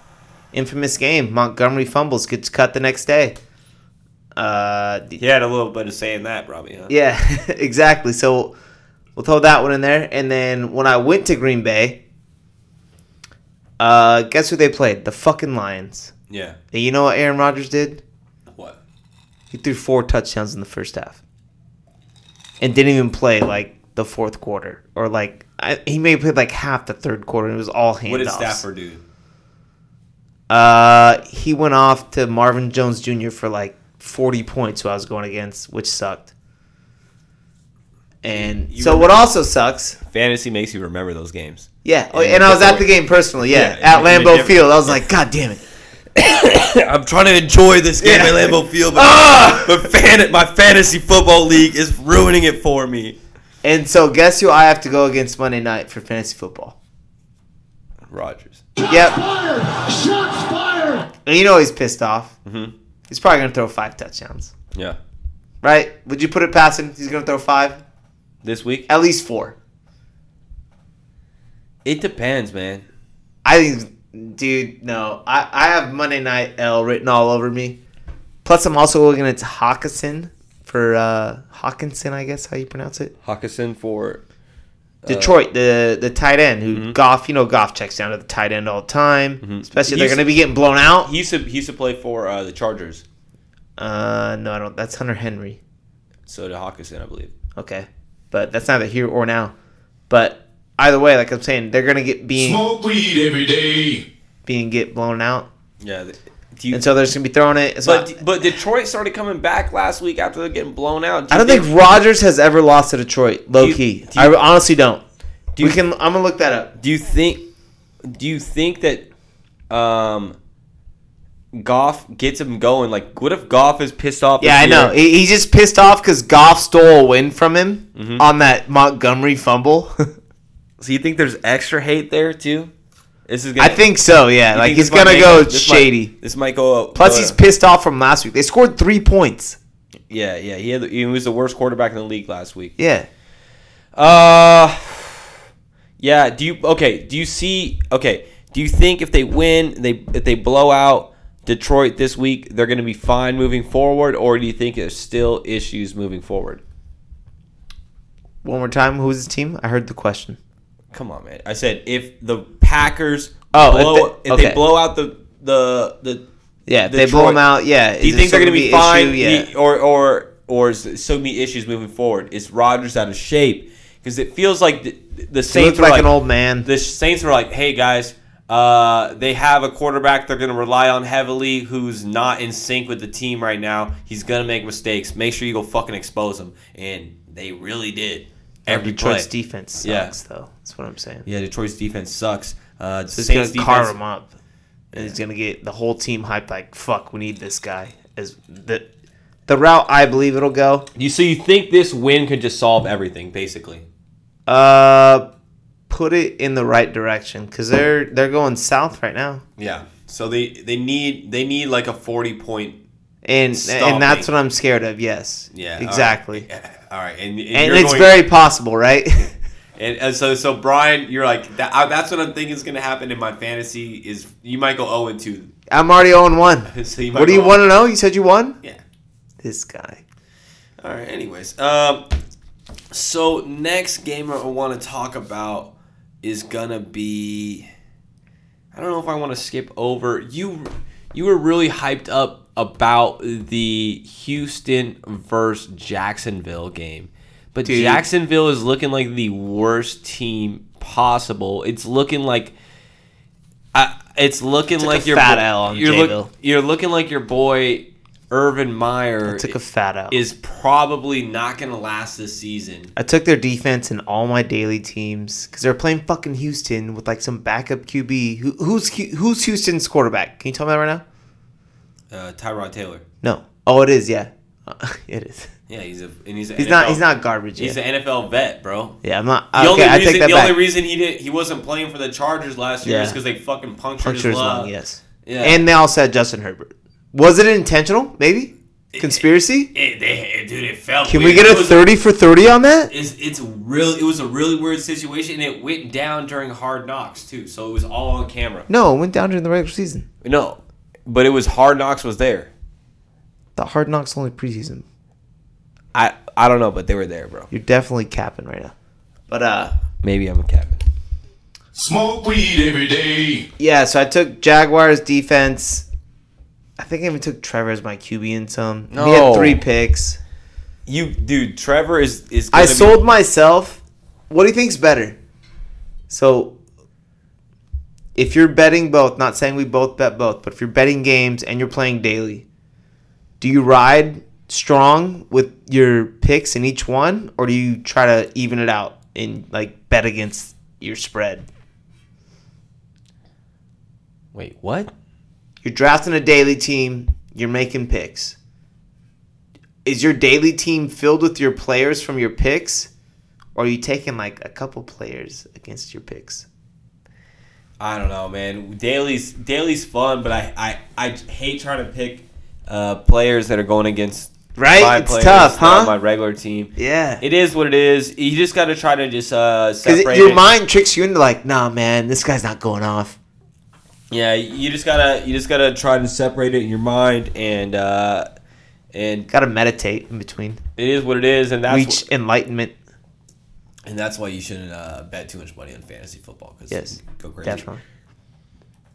Infamous game. Montgomery fumbles, gets cut the next day. Uh,
he had a little bit of saying that probably huh
Yeah, exactly. So we'll throw that one in there. And then when I went to Green Bay, uh, guess who they played? The fucking Lions.
yeah
And you know what Aaron Rodgers did?
what
He threw four touchdowns in the first half, and didn't even play like the fourth quarter or like I, he may have played like half the third quarter. and It was all handoffs.
what did Stafford do
Uh, he went off to Marvin Jones Jr. for like 40 points, who I was going against, which sucked. And
You
so,
were-
what also sucks,
fantasy makes you remember those games
yeah, oh,
And
and I was at
before-
the game personally, yeah,
Yeah,
at
in a
Lambeau
different-
Field. I was like, God damn it.
I'm trying to enjoy this game
Yeah.
at Lambeau Field, but,
Ah!
but fan, my fantasy football league is ruining it for me.
And so, guess who I have to go against Monday night for fantasy football?
Rogers.
Yep.
Shots fired!
And you know he's pissed off.
Mhm.
He's probably going to throw five touchdowns,
Yeah.
right? Would you put it past him? He's going to throw five?
This week?
At least four.
It depends, man.
I think, dude, no. I, I have Monday Night L written all over me. Plus, I'm also looking at Hawkinson for uh, Hawkinson, I guess how you pronounce it.
Hawkinson for. Uh,
Detroit, the the tight end who
mm-hmm.
Goff, you know, Goff checks down to the tight end all the time, especially if they're
He's-
going to be getting blown out.
He used to, he used to play for uh, the Chargers.
Uh, no, I don't. That's Hunter Henry.
So did Hawkinson, I believe.
Okay, but that's neither here or now. But either way, like I'm saying, they're going to get being
Smoke weed every day.
being get blown out,
Yeah. th- Do you,
and so uh, they're just going to be throwing it. So
but, but Detroit started coming back last week after they're getting blown out. Do
I
you
don't think Rodgers has ever lost to Detroit, low
Do you-
key.
do you-
I honestly don't.
Do you-
we can. I'm gonna look that up.
Do you think? Do you think that um, Goff gets him going? Like, what if Goff is pissed off?
Yeah, I
this year?
know. He, he's just pissed off because Goff stole a win from Mm-hmm. him on that Montgomery fumble.
So you think there's extra hate there too? This is
I
gonna,
think so. Yeah,
you
like
think
he's
this might
gonna
make
go
it- this might-
shady.
this might go.
Plus,
go-
he's pissed off from last week. They scored three points.
yeah, yeah. He, had, he was the worst quarterback in the league last week.
Yeah,
Uh, yeah. Do you okay? Do you see okay? Do you think if they win, they if they blow out Detroit this week, they're going to be fine moving forward, or do you think there's still issues moving forward?
one more time. Who's his team? I heard the question.
Come on, man. I said if the Packers
Oh, if
blow, if,
they-
they,
okay.
blow out the the the
Yeah, if they blow
Detroit-
him out. Yeah,
do you
is
think
there
they're going to be,
still
fine,
issue? Yeah.
Y- or or or is there so many issues moving forward? Is Rodgers out of shape? Because it feels like the, the
He
Saints
looked
are
like, an old man.
the Saints were like, "Hey guys, uh, they have a quarterback they're going to rely on heavily, who's not in sync with the team right now. He's going to make mistakes. Make sure you go fucking expose him." And they really did every
Uh, Detroit's
play.
defense sucks,
Yeah.
though. That's what I'm saying.
yeah, Detroit's defense sucks. Uh,
He's
Saints
gonna carve
defense.
him up. And he's gonna get the whole team hyped. Like, fuck, we need this guy. As the the route I believe it'll go.
You so you think this win could just solve everything, basically?
Uh, put it in the right direction because they're they're going south right now,
Yeah. So they they need they need like a forty point.
and
Stomping.
and that's what I'm scared of. Yes.
Yeah. all right.
Exactly.
All right, and, and,
And
you're
it's
going-
very possible, right?
And, and so, so Brian, you're like that, I, that's what I'm thinking is going to happen in my fantasy is you might go zero and two.
I'm already 0 1.
So you might
What do you
go-
want to know? You said you won?
Yeah.
This guy.
All right. Anyways, um, so next game I want to talk about is gonna be. I don't know if I want to skip over you. You were really hyped up about the Houston versus Jacksonville game, but
Dude.
Jacksonville is looking like the worst team possible. It's looking like. I, it's looking
Took a
like your
fat
bo-
L on
you're, look-
Jacksonville.
you're looking like your boy Irvin Meyer
I took a fat out.
is probably not going to last this season.
I took their defense in all my daily teams because they're playing fucking Houston with like some backup QB. Who, who's Hu- who's Houston's quarterback? Can you tell me that right now?
Uh, Tyrod Taylor.
No. Oh, it is. Yeah, it is.
Yeah, he's a and he's a
He's
NFL,
not. He's not garbage.
He's
yet.
an NFL vet, bro.
yeah, I'm not.
The
okay,
only
I
reason,
take that
the
back.
only reason he did he wasn't playing for the Chargers last year
Yeah.
is because they fucking punctured,
Puncture
his
is
lung.
long. Yes.
Yeah.
And they all said Justin Herbert. Was it intentional? Maybe conspiracy.
It- they- dude, it felt.
Can we
weird.
get
It
a
was-
thirty for thirty on that?
It's, it's real. It was a really weird situation, and it went down during Hard Knocks too. So it was all on camera.
No, it went down during the regular season.
No, but it was Hard Knocks was there.
The Hard Knocks only preseason.
I I don't know, but they were there, bro.
You're definitely capping right now. But uh,
Maybe I'm a cabin.
Smoke weed every day.
Yeah, so I took Jaguars defense. I think I even took Trevor as my QB in some. He had
No.
three picks.
You, dude, Trevor is is.
I
gonna be-
sold myself. What do you think's better? So, if you're betting both, not saying we both bet both, but if you're betting games and you're playing daily, do you ride strong with your picks in each one, or do you try to even it out and like bet against your spread?
Wait, what?
You're drafting a daily team. You're making picks. Is your daily team filled with your players from your picks, or are you taking like a couple players against your picks?
I don't know, man. Dailies dailies fun, but I I, I hate trying to pick uh, players that are going against
Right? It's tough,
not
huh?
My regular team.
Yeah,
It is what it is. You just got to try to just uh,
because
separate
your
it.
mind tricks you into like, nah, man, this guy's not going off.
Yeah, you just gotta you just gotta try to separate it in your mind, and uh, and
Got to meditate in between,
it is what it is, and that's
reach enlightenment.
wh- and that's why you shouldn't uh, bet too much money on fantasy football because
Yes,
go crazy.
definitely.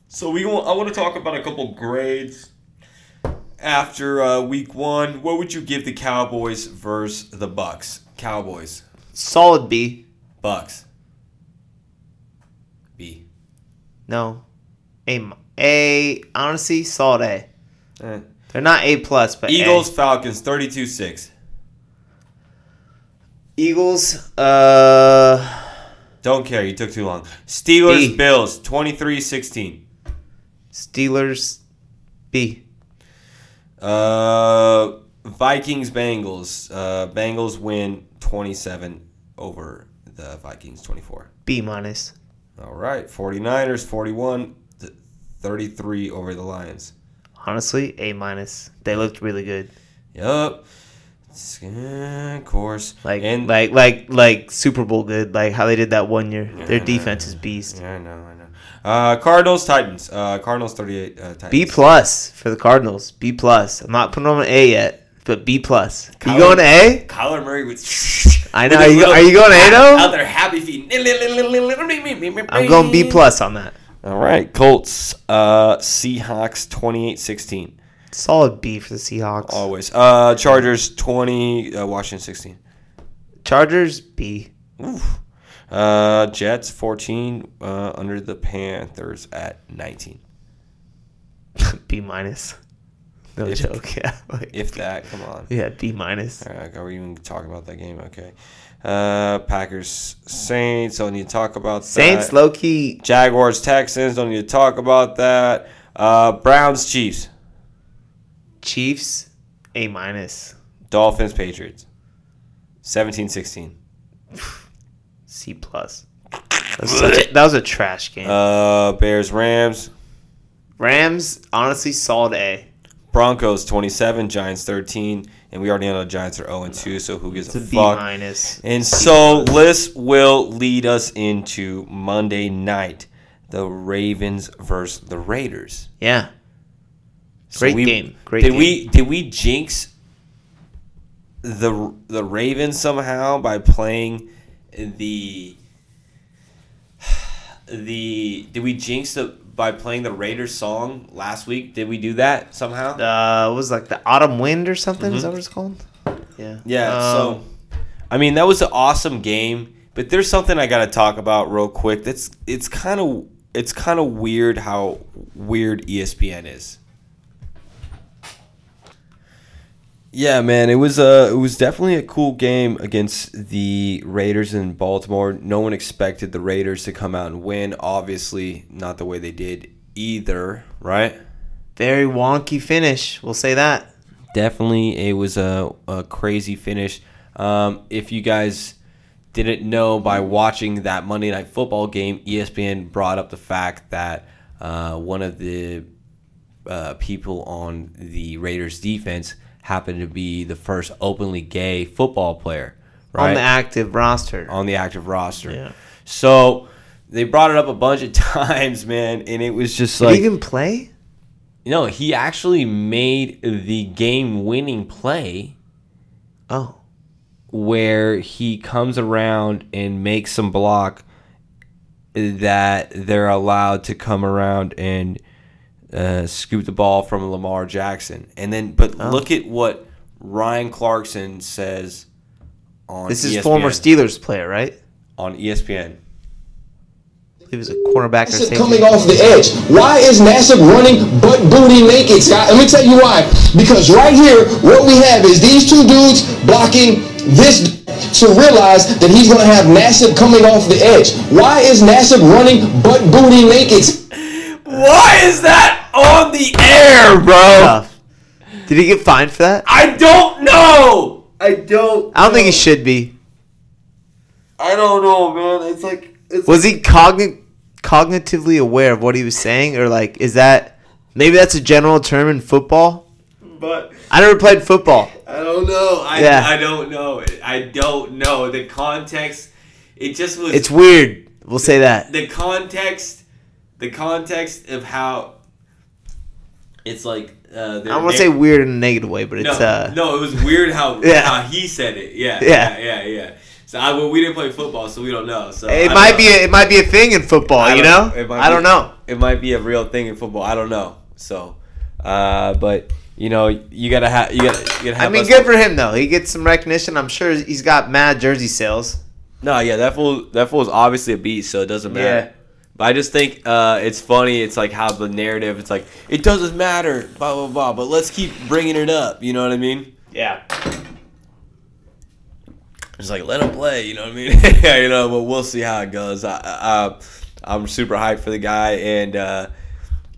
So we want, I want to talk about a couple grades after uh, week one. What would you give the Cowboys versus the Bucks? Cowboys,
Solid B.
Bucks, B.
No, A. mi- A. Honestly, solid A.
Eh.
They're not A plus, but A.
Eagles, Falcons, thirty-two six.
Eagles. Uh,
Don't care. You took too long. Steelers,
B.
Bills, 23-16.
Steelers. B.
Uh, Vikings, Bengals. Uh, Bengals win twenty-seven over the Vikings twenty-four.
B minus.
All right, 49ers 41 th- 33 over the Lions.
Honestly, A minus. They looked really good.
Yup. It's- eh, Of course.
Like like like like Super Bowl good. Like how they did that one year. Their
Yeah.
defense is beast.
Yeah, I know, I know. Uh, Cardinals Titans. Uh, Cardinals 38 uh, Titans.
B plus for the Cardinals. B plus. I'm not putting them on an A yet, but B plus. You
Kyler-
going to A?
Kyler Murray with.
I know.
with
Are
his
you,
little-
are you going A
Out
though?
there, happy feet.
I'm going B plus on that.
All right, Colts, uh, Seahawks 28 16.
Solid B for the Seahawks.
Always. Uh, Chargers 20, uh, Washington 16.
Chargers B.
Oof. Uh, Jets 14, uh, under the Panthers at 19.
B minus. No
If-
joke. Yeah. Like,
If that, come on.
yeah. B minus.
All right, are we even talking about that game? Okay. Uh, Packers, Saints, don't need to talk about
Saints
that.
low key.
Jaguars, Texans, don't need to talk about that. Uh, Browns, Chiefs,
Chiefs A minus.
Dolphins, Patriots. 17 16.
C plus. That was, such a, that was a trash game.
Uh, Bears, Rams,
Rams honestly solid A.
Broncos 27, Giants 13, and we already know the Giants are 0 and 2, so who gives
It's a
a
B
fuck?
minus.
And so this will lead us into Monday night, the Ravens versus the Raiders.
Yeah.
So
Great
we-
game. Great
did
game.
we did we jinx the the Ravens somehow by playing the the did we jinx the by playing the Raiders song last week? Did we do that somehow?
uh, what was it, like the autumn wind or something? Is that what it's called? Yeah.
Mm-hmm. Yeah.
Um,
so, I mean, that was an awesome game, but there's something I got to talk about real quick. That's it's kind of it's kind of weird how weird E ESPN is. Yeah, man, it was a it was definitely a cool game against the Raiders in Baltimore. No one expected the Raiders to come out and win. Obviously, not the way they did either, right?
very wonky finish. We'll say that.
definitely it was a, a crazy finish um, if you guys didn't know by watching that monday night football game E espn brought up the fact that uh, one of the uh, people on the raiders defense happened to be the first openly gay football player right
On the active roster.
on the active roster
Yeah.
so they brought it up a bunch of times man and it was just
Did
like
he even play?
no he actually made the game winning play
Oh.
where he comes around and makes some block that they're allowed to come around and uh, scoop the ball from Lamar Jackson. And then, but look at what Ryan Clarkson says on E
This is
ESPN,
former Steelers player, right?
on E ESPN.
He was a cornerback or
Nassib
safety.
coming off the edge. Why is Nassib running butt booty naked, Scott? Let me tell you why. Because right here, what we have is these two dudes blocking this d- to realize that he's going to have Nassib coming off the edge. Why is Nassib running butt booty naked?
Why is that on the air, bro?
Tough. Did he get fined for that?
I don't know. I don't.
I don't think he should be.
I don't know, man. It's like it's
Was he cogni- cognitively aware of what he was saying, or like, is that maybe that's a general term in football?
but.
I never played football.
I don't know. I,
Yeah.
I don't know. I don't know. The context, it just was.
It's weird. We'll say that.
the context, the context of how it's like. Uh,
I don't want to say weird in a negative way, but
no,
it's uh,
no, it was weird how
Yeah.
how he said it. Yeah, yeah,
Yeah.
yeah, yeah. So I, well, we didn't play football, so we don't know. So I
it
don't
might
know.
be a, it might be a thing in football.
I
You know,
don't- it might
I don't
be-
know.
it might be a real thing in football. I don't know. So, uh, but you know, you gotta have you gotta you gotta have.
I mean,
us-
good for him though. He gets some recognition. I'm sure he's got mad jersey sales.
No, yeah, that fool that fool's obviously a beast, so it doesn't matter.
Yeah.
But I just think uh, it's funny. It's like how the narrative. It's like it doesn't matter, blah blah blah. But let's keep bringing it up. You know what I mean?
Yeah.
It's like let him play. You know what I mean? yeah, you know. But we'll see how it goes. I, I I'm super hyped for the guy, and uh,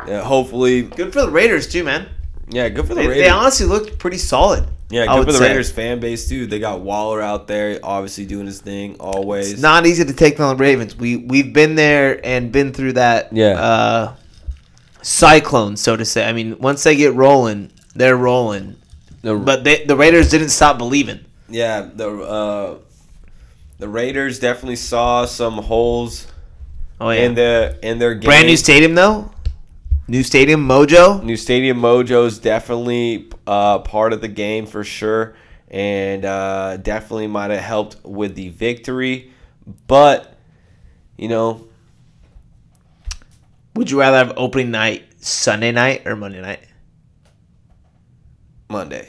uh, hopefully,
Good for the Raiders too, man.
yeah, good for the
They,
Raiders.
they honestly looked pretty solid.
Yeah,
I
good for
would
the
say.
Raiders fan base too. They got Waller out there, obviously doing his thing always.
It's not easy to take down the Ravens. We we've been there and been through that
Yeah.
uh, cyclone, so to say. I mean, once they get rolling, they're rolling.
The-
But they, the Raiders didn't stop believing.
yeah, the uh, the Raiders definitely saw some holes
Oh yeah,
in the in their game.
brand new stadium though. New stadium, Mojo.
New stadium mojo's definitely uh, part of the game for sure, and uh, definitely might have helped with the victory. But you know,
Would you rather have opening night Sunday night or Monday night?
Monday,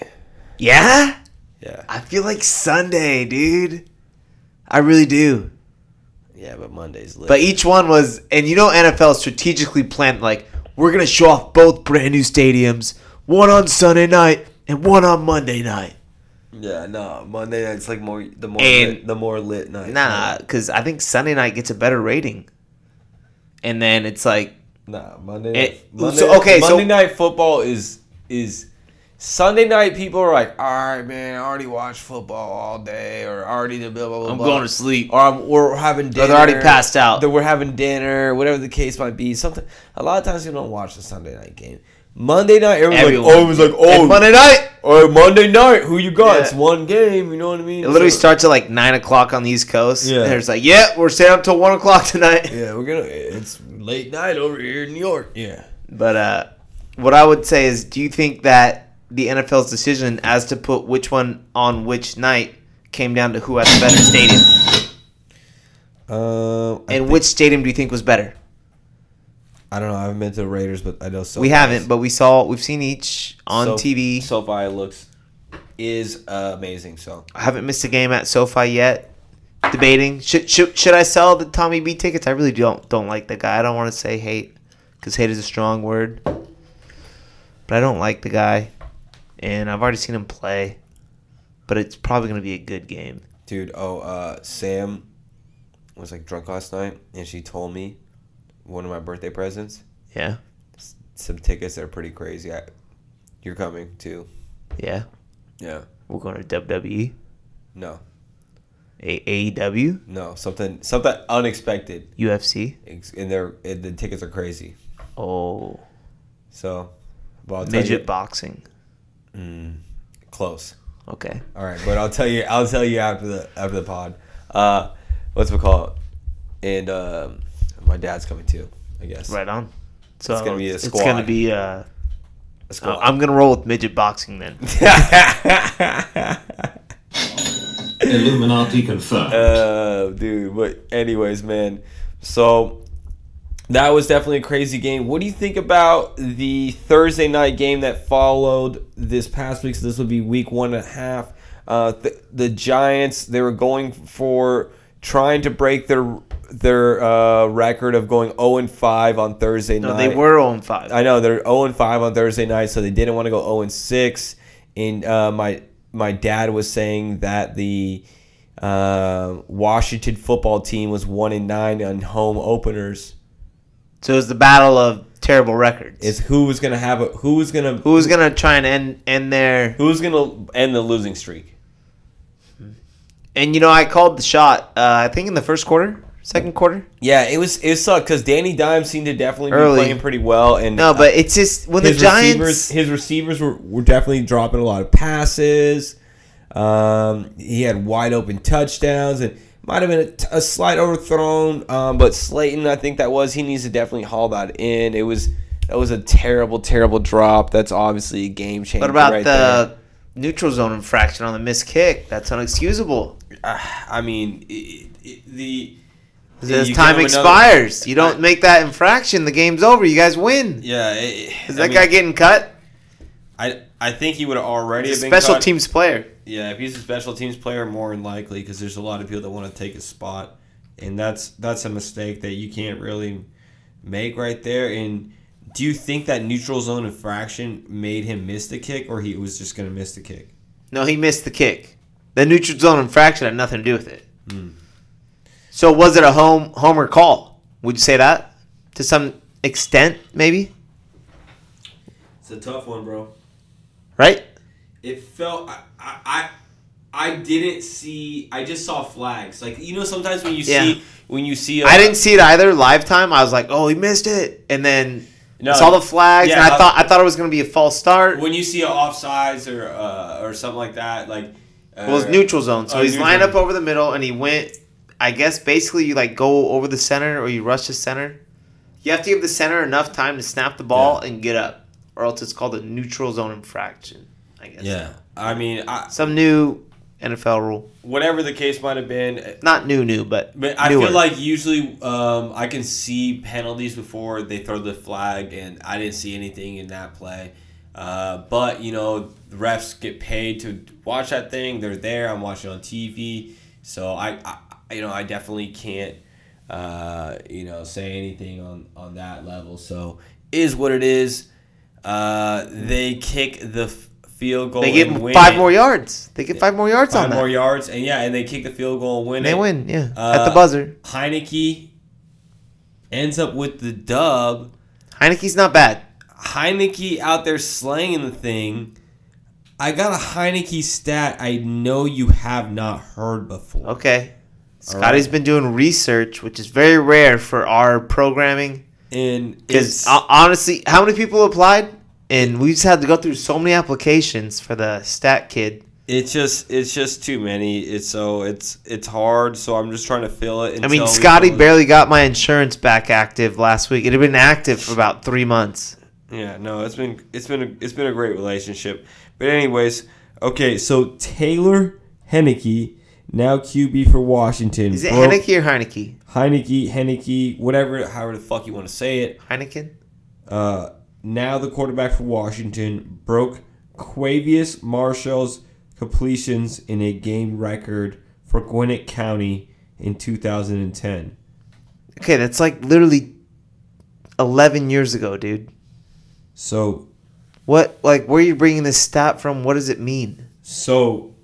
Yeah,
yeah,
I feel like Sunday, dude. I really do.
yeah, but Monday's lit.
But each one was, and you know, NFL strategically planned like we're gonna show off both brand new stadiums, one on Sunday night and one on Monday night.
yeah, no, Monday night's like more the more
And-
lit, the more lit night.
Nah, because I think Sunday night gets a better rating, and then it's like
Nah, Monday.
It-
night, Monday,
Eh, so, okay, so-
Monday night football is is Sunday night. People are like, all right, man, I already watched football all day, or already the blah blah blah.
I'm
blah."
going to sleep.
or I'm, we're having dinner.
they're already passed out.
That we're having dinner, whatever the case might be. Something a lot of times you don't watch the Sunday night game. Monday night, everyone's
Everyone.
like, oh, it was like, oh,
And Monday night.
or Monday night. Who you got?
Yeah.
It's one game. You know what I mean?
It literally
So-
starts at like nine o'clock on the East Coast.
Yeah.
Yeah, and it's like, yeah, we're staying up till one o'clock tonight.
Yeah, we're gonna. It's late night over here in New York. Yeah.
But uh, what I would say is, do you think that the NFL's decision as to put which one on which night came down to who has the better stadium,
Um,
and which stadium do you think was better?
I don't know. I haven't been to the Raiders, but I know so
We haven't, but we saw, we've seen each on TV.
SoFi looks is uh, amazing. So
I haven't missed a game at SoFi yet. Debating should, should should I sell the Tommy B tickets? I really don't don't like the guy. I don't want to say hate because hate is a strong word, but I don't like the guy, and I've already seen him play. But it's probably going to be a good game.
dude, oh uh, Sam was like drunk last night, and she told me one of my birthday presents,
Yeah,
some tickets that are pretty crazy. I, you're coming too.
yeah.
Yeah.
We're going to WWE,
No,
A- AEW,
no, something something unexpected,
UFC.
Ex- and they're and the tickets are crazy.
Oh,
So, but I'll tell
midget
you,
boxing.
close.
Okay.
All right, but I'll tell you. I'll tell you after the after the pod. Uh, what's it called? And um, my dad's coming too. I guess.
Right on. So
It's gonna be a
It's
squad.
gonna be. Uh,
Let's go.
uh, I'm gonna roll with midget boxing then.
Illuminati confirmed.
uh, dude. But anyways, man. So that was definitely a crazy game. What do you think about the Thursday night game that followed this past week? So this would be week one and a half. Uh, the, the Giants they were going for trying to break their their uh, record of going zero and five on Thursday
No,
night.
they were on five.
I know they're 0 and 5 on Thursday night, so they didn't want to go 0 and 6. And uh, my my dad was saying that the uh, Washington football team was 1 and 9 on home openers.
So it was the battle of terrible records.
Is who was gonna have a who was gonna
Who was gonna try and end end their?
who was gonna end the losing streak?
And you know, I called the shot. Uh, I think in the first quarter, second quarter.
Yeah, it was it sucked because Danny Dimes seemed to definitely
Early.
be playing pretty well. And
No, but it's just when the
his
Giants.
receivers his receivers were, were definitely dropping a lot of passes. Um, he had wide open touchdowns and might have been a, t- a slight overthrown. Um, but Slayton, I think that was he needs to definitely haul that in. It was that was a terrible, terrible drop. That's obviously a game changer.
what about
right
the
there.
neutral zone infraction on the missed kick? That's unexcusable.
I mean, it, it, the
This
you give
time
him another-
expires. You don't
I-
make that infraction. The game's over. You guys win.
yeah. It,
Is
I
that
mean,
guy getting cut?
I I think he would have already have been
Special
caught.
teams player.
Yeah, if he's a special teams player, more than likely, because there's a lot of people that want to take his spot, and that's that's a mistake that you can't really make right there. And do you think that neutral zone infraction made him miss the kick, or he was just gonna miss the kick?
No, he missed the kick. The neutral zone infraction had nothing to do with it.
Hmm.
So was it a home homer call? Would you say that to some extent, maybe?
It's a tough one, bro.
Right?
It felt I I I I didn't see. I just saw flags. Like you know, sometimes when you
Yeah.
see when you see. I
I didn't see it either live time. I was like, oh, he missed it, and then
No.
saw the flags,
Yeah,
and I,
I-
thought I thought it was going to be a false start.
when you see a offsides or uh, or something like that, like. Uh,
Well, it's neutral zone, so
Oh,
he's
neutral
lined up
zone.
over the middle, and he went. I guess basically you like go over the center or you rush the center. You have to give the center enough time to snap the ball and get up, or else it's called a neutral zone infraction. I guess.
Yeah, I mean, I,
Some new NFL rule,
whatever the case might have been,
not new new, but
But I
newer.
feel like usually um, I can see penalties before they throw the flag, and I didn't see anything in that play. Uh, but you know, the refs get paid to watch that thing. They're there. I'm watching on TV, so I, I I- you know, I definitely can't, uh, you know, say anything on on that level. So is what it is. Uh, they kick the f- field goal.
they get
and win
five
it.
more yards. They get five more yards
Five
on that.
more yards, and yeah, and they kick the field goal and win.
and they
it.
win. Yeah, at
Uh,
the buzzer.
Heineke ends up with the dub.
Heineke's not bad.
Heineke out there slaying the thing. I got a Heineke stat I know you have not heard before.
Okay.
All
Scotty's been doing research, which is very rare for our programming.
And
Because
it's
honestly, how many people applied? And we just had to go through so many applications for the stat kid.
it's just it's just too many. It's so it's it's hard. So I'm just trying to fill it.
I mean,
until we
Scotty
fill it.
barely got my insurance back active last week. It had been active for about three months.
Yeah, no, it's been it's been a, it's been a great relationship. But anyways, okay, so Taylor Henneke now QB for Washington.
Is it
broke-
Heineke or Heineke?
Heineke, Henneke, whatever, however the fuck you want to say it.
Heineken?
Uh, now the quarterback for Washington broke Quavius Marshall's completions in a game record for Gwinnett County in 2010.
Okay, that's like literally 11 years ago, dude.
So,
What, like, where are you bringing this stat from? What does it mean?
so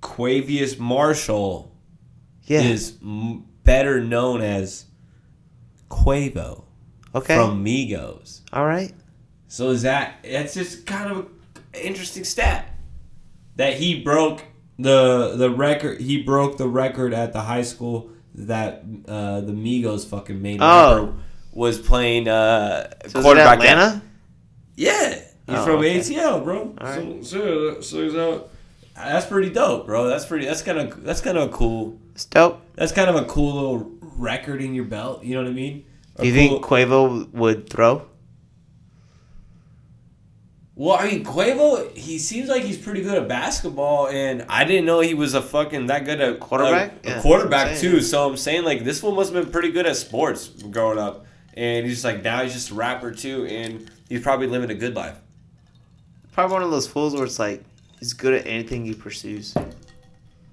Quavius Marshall
Yeah.
is m- better known as Quavo
okay.
from Migos.
All right.
So is that that's just kind of an interesting stat that he broke the the record. He broke the record at the high school that uh, the Migos fucking made.
Oh.
rapper Was playing uh,
So is it
quarterback.
Atlanta?
Yeah, he's
Oh,
from
okay.
ATL, bro. So, so, so he's out. That's pretty dope, bro. That's pretty. That's kind of that's kind of cool.
It's dope.
That's kind of a cool little record in your belt. You know what I mean? A
Do you
cool-
think Quavo would throw?
Well, I mean, Quavo, he seems like he's pretty good at basketball, and I didn't know he was a fucking that good at
Quarterback?
a
Yeah,
quarterback
that's what I'm
too. So I'm saying like this one must have been pretty good at sports growing up, and he's just like now he's just a rapper too, and he's probably living a good life.
Probably one of those fools where it's like he's good at anything he pursues.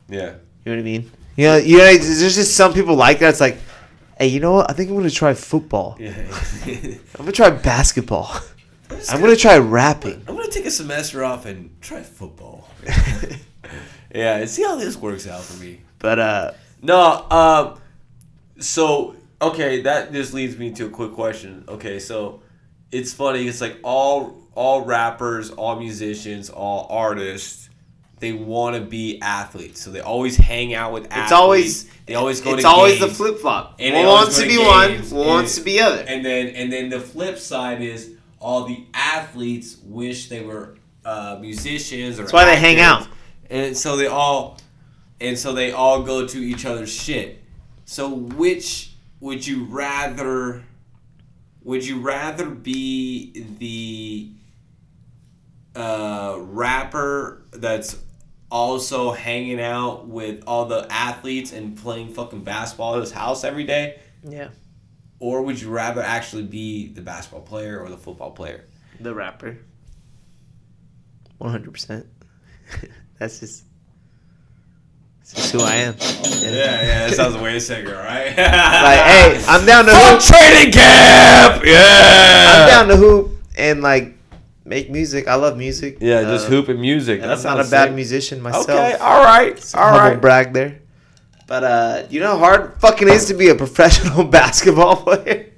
You
Yeah.
know what I mean? You know, you know, there's just some people like that. It's like, hey, you know what? I think I'm gonna try football.
Yeah.
I'm gonna try basketball.
I'm, just
I'm
gonna,
gonna try rapping.
I'm gonna take a semester off and try football. yeah, and see how this works out for me.
But uh,
No, um, so okay, that just leads me to a quick question. Okay, so it's funny. It's like all all rappers, all musicians, all artists, they want to be athletes, so they always hang out with. athletes.
it's always
they always go.
It's
to
always the
games.
flip flop.
And
One
they always
wants
go
to
to
be one.
games,
One
and-
wants to be other.
And then and then the flip side is all the athletes wish they were uh, musicians or That's
why they hang out.
And so they all and so they all go to each other's shit. So which would you rather would you rather be the uh, rapper that's also hanging out with all the athletes and playing fucking basketball at his house every day?
yeah,
Or would you rather actually be the basketball player or the football player?
the rapper. One hundred percent. That's just. That's just who I am.
Yeah, yeah, that sounds way sicker, right?
Like, hey, I'm down to hoop.
training camp! Yeah!
I'm down to hoop and like make music. I love music.
Yeah, just
Uh,
hoop and music.
And
That
I'm not a
sounds
bad
sick.
musician myself.
Okay, all right, all
Humble
right.
brag there. But uh, you know how hard fucking is to be a professional basketball player.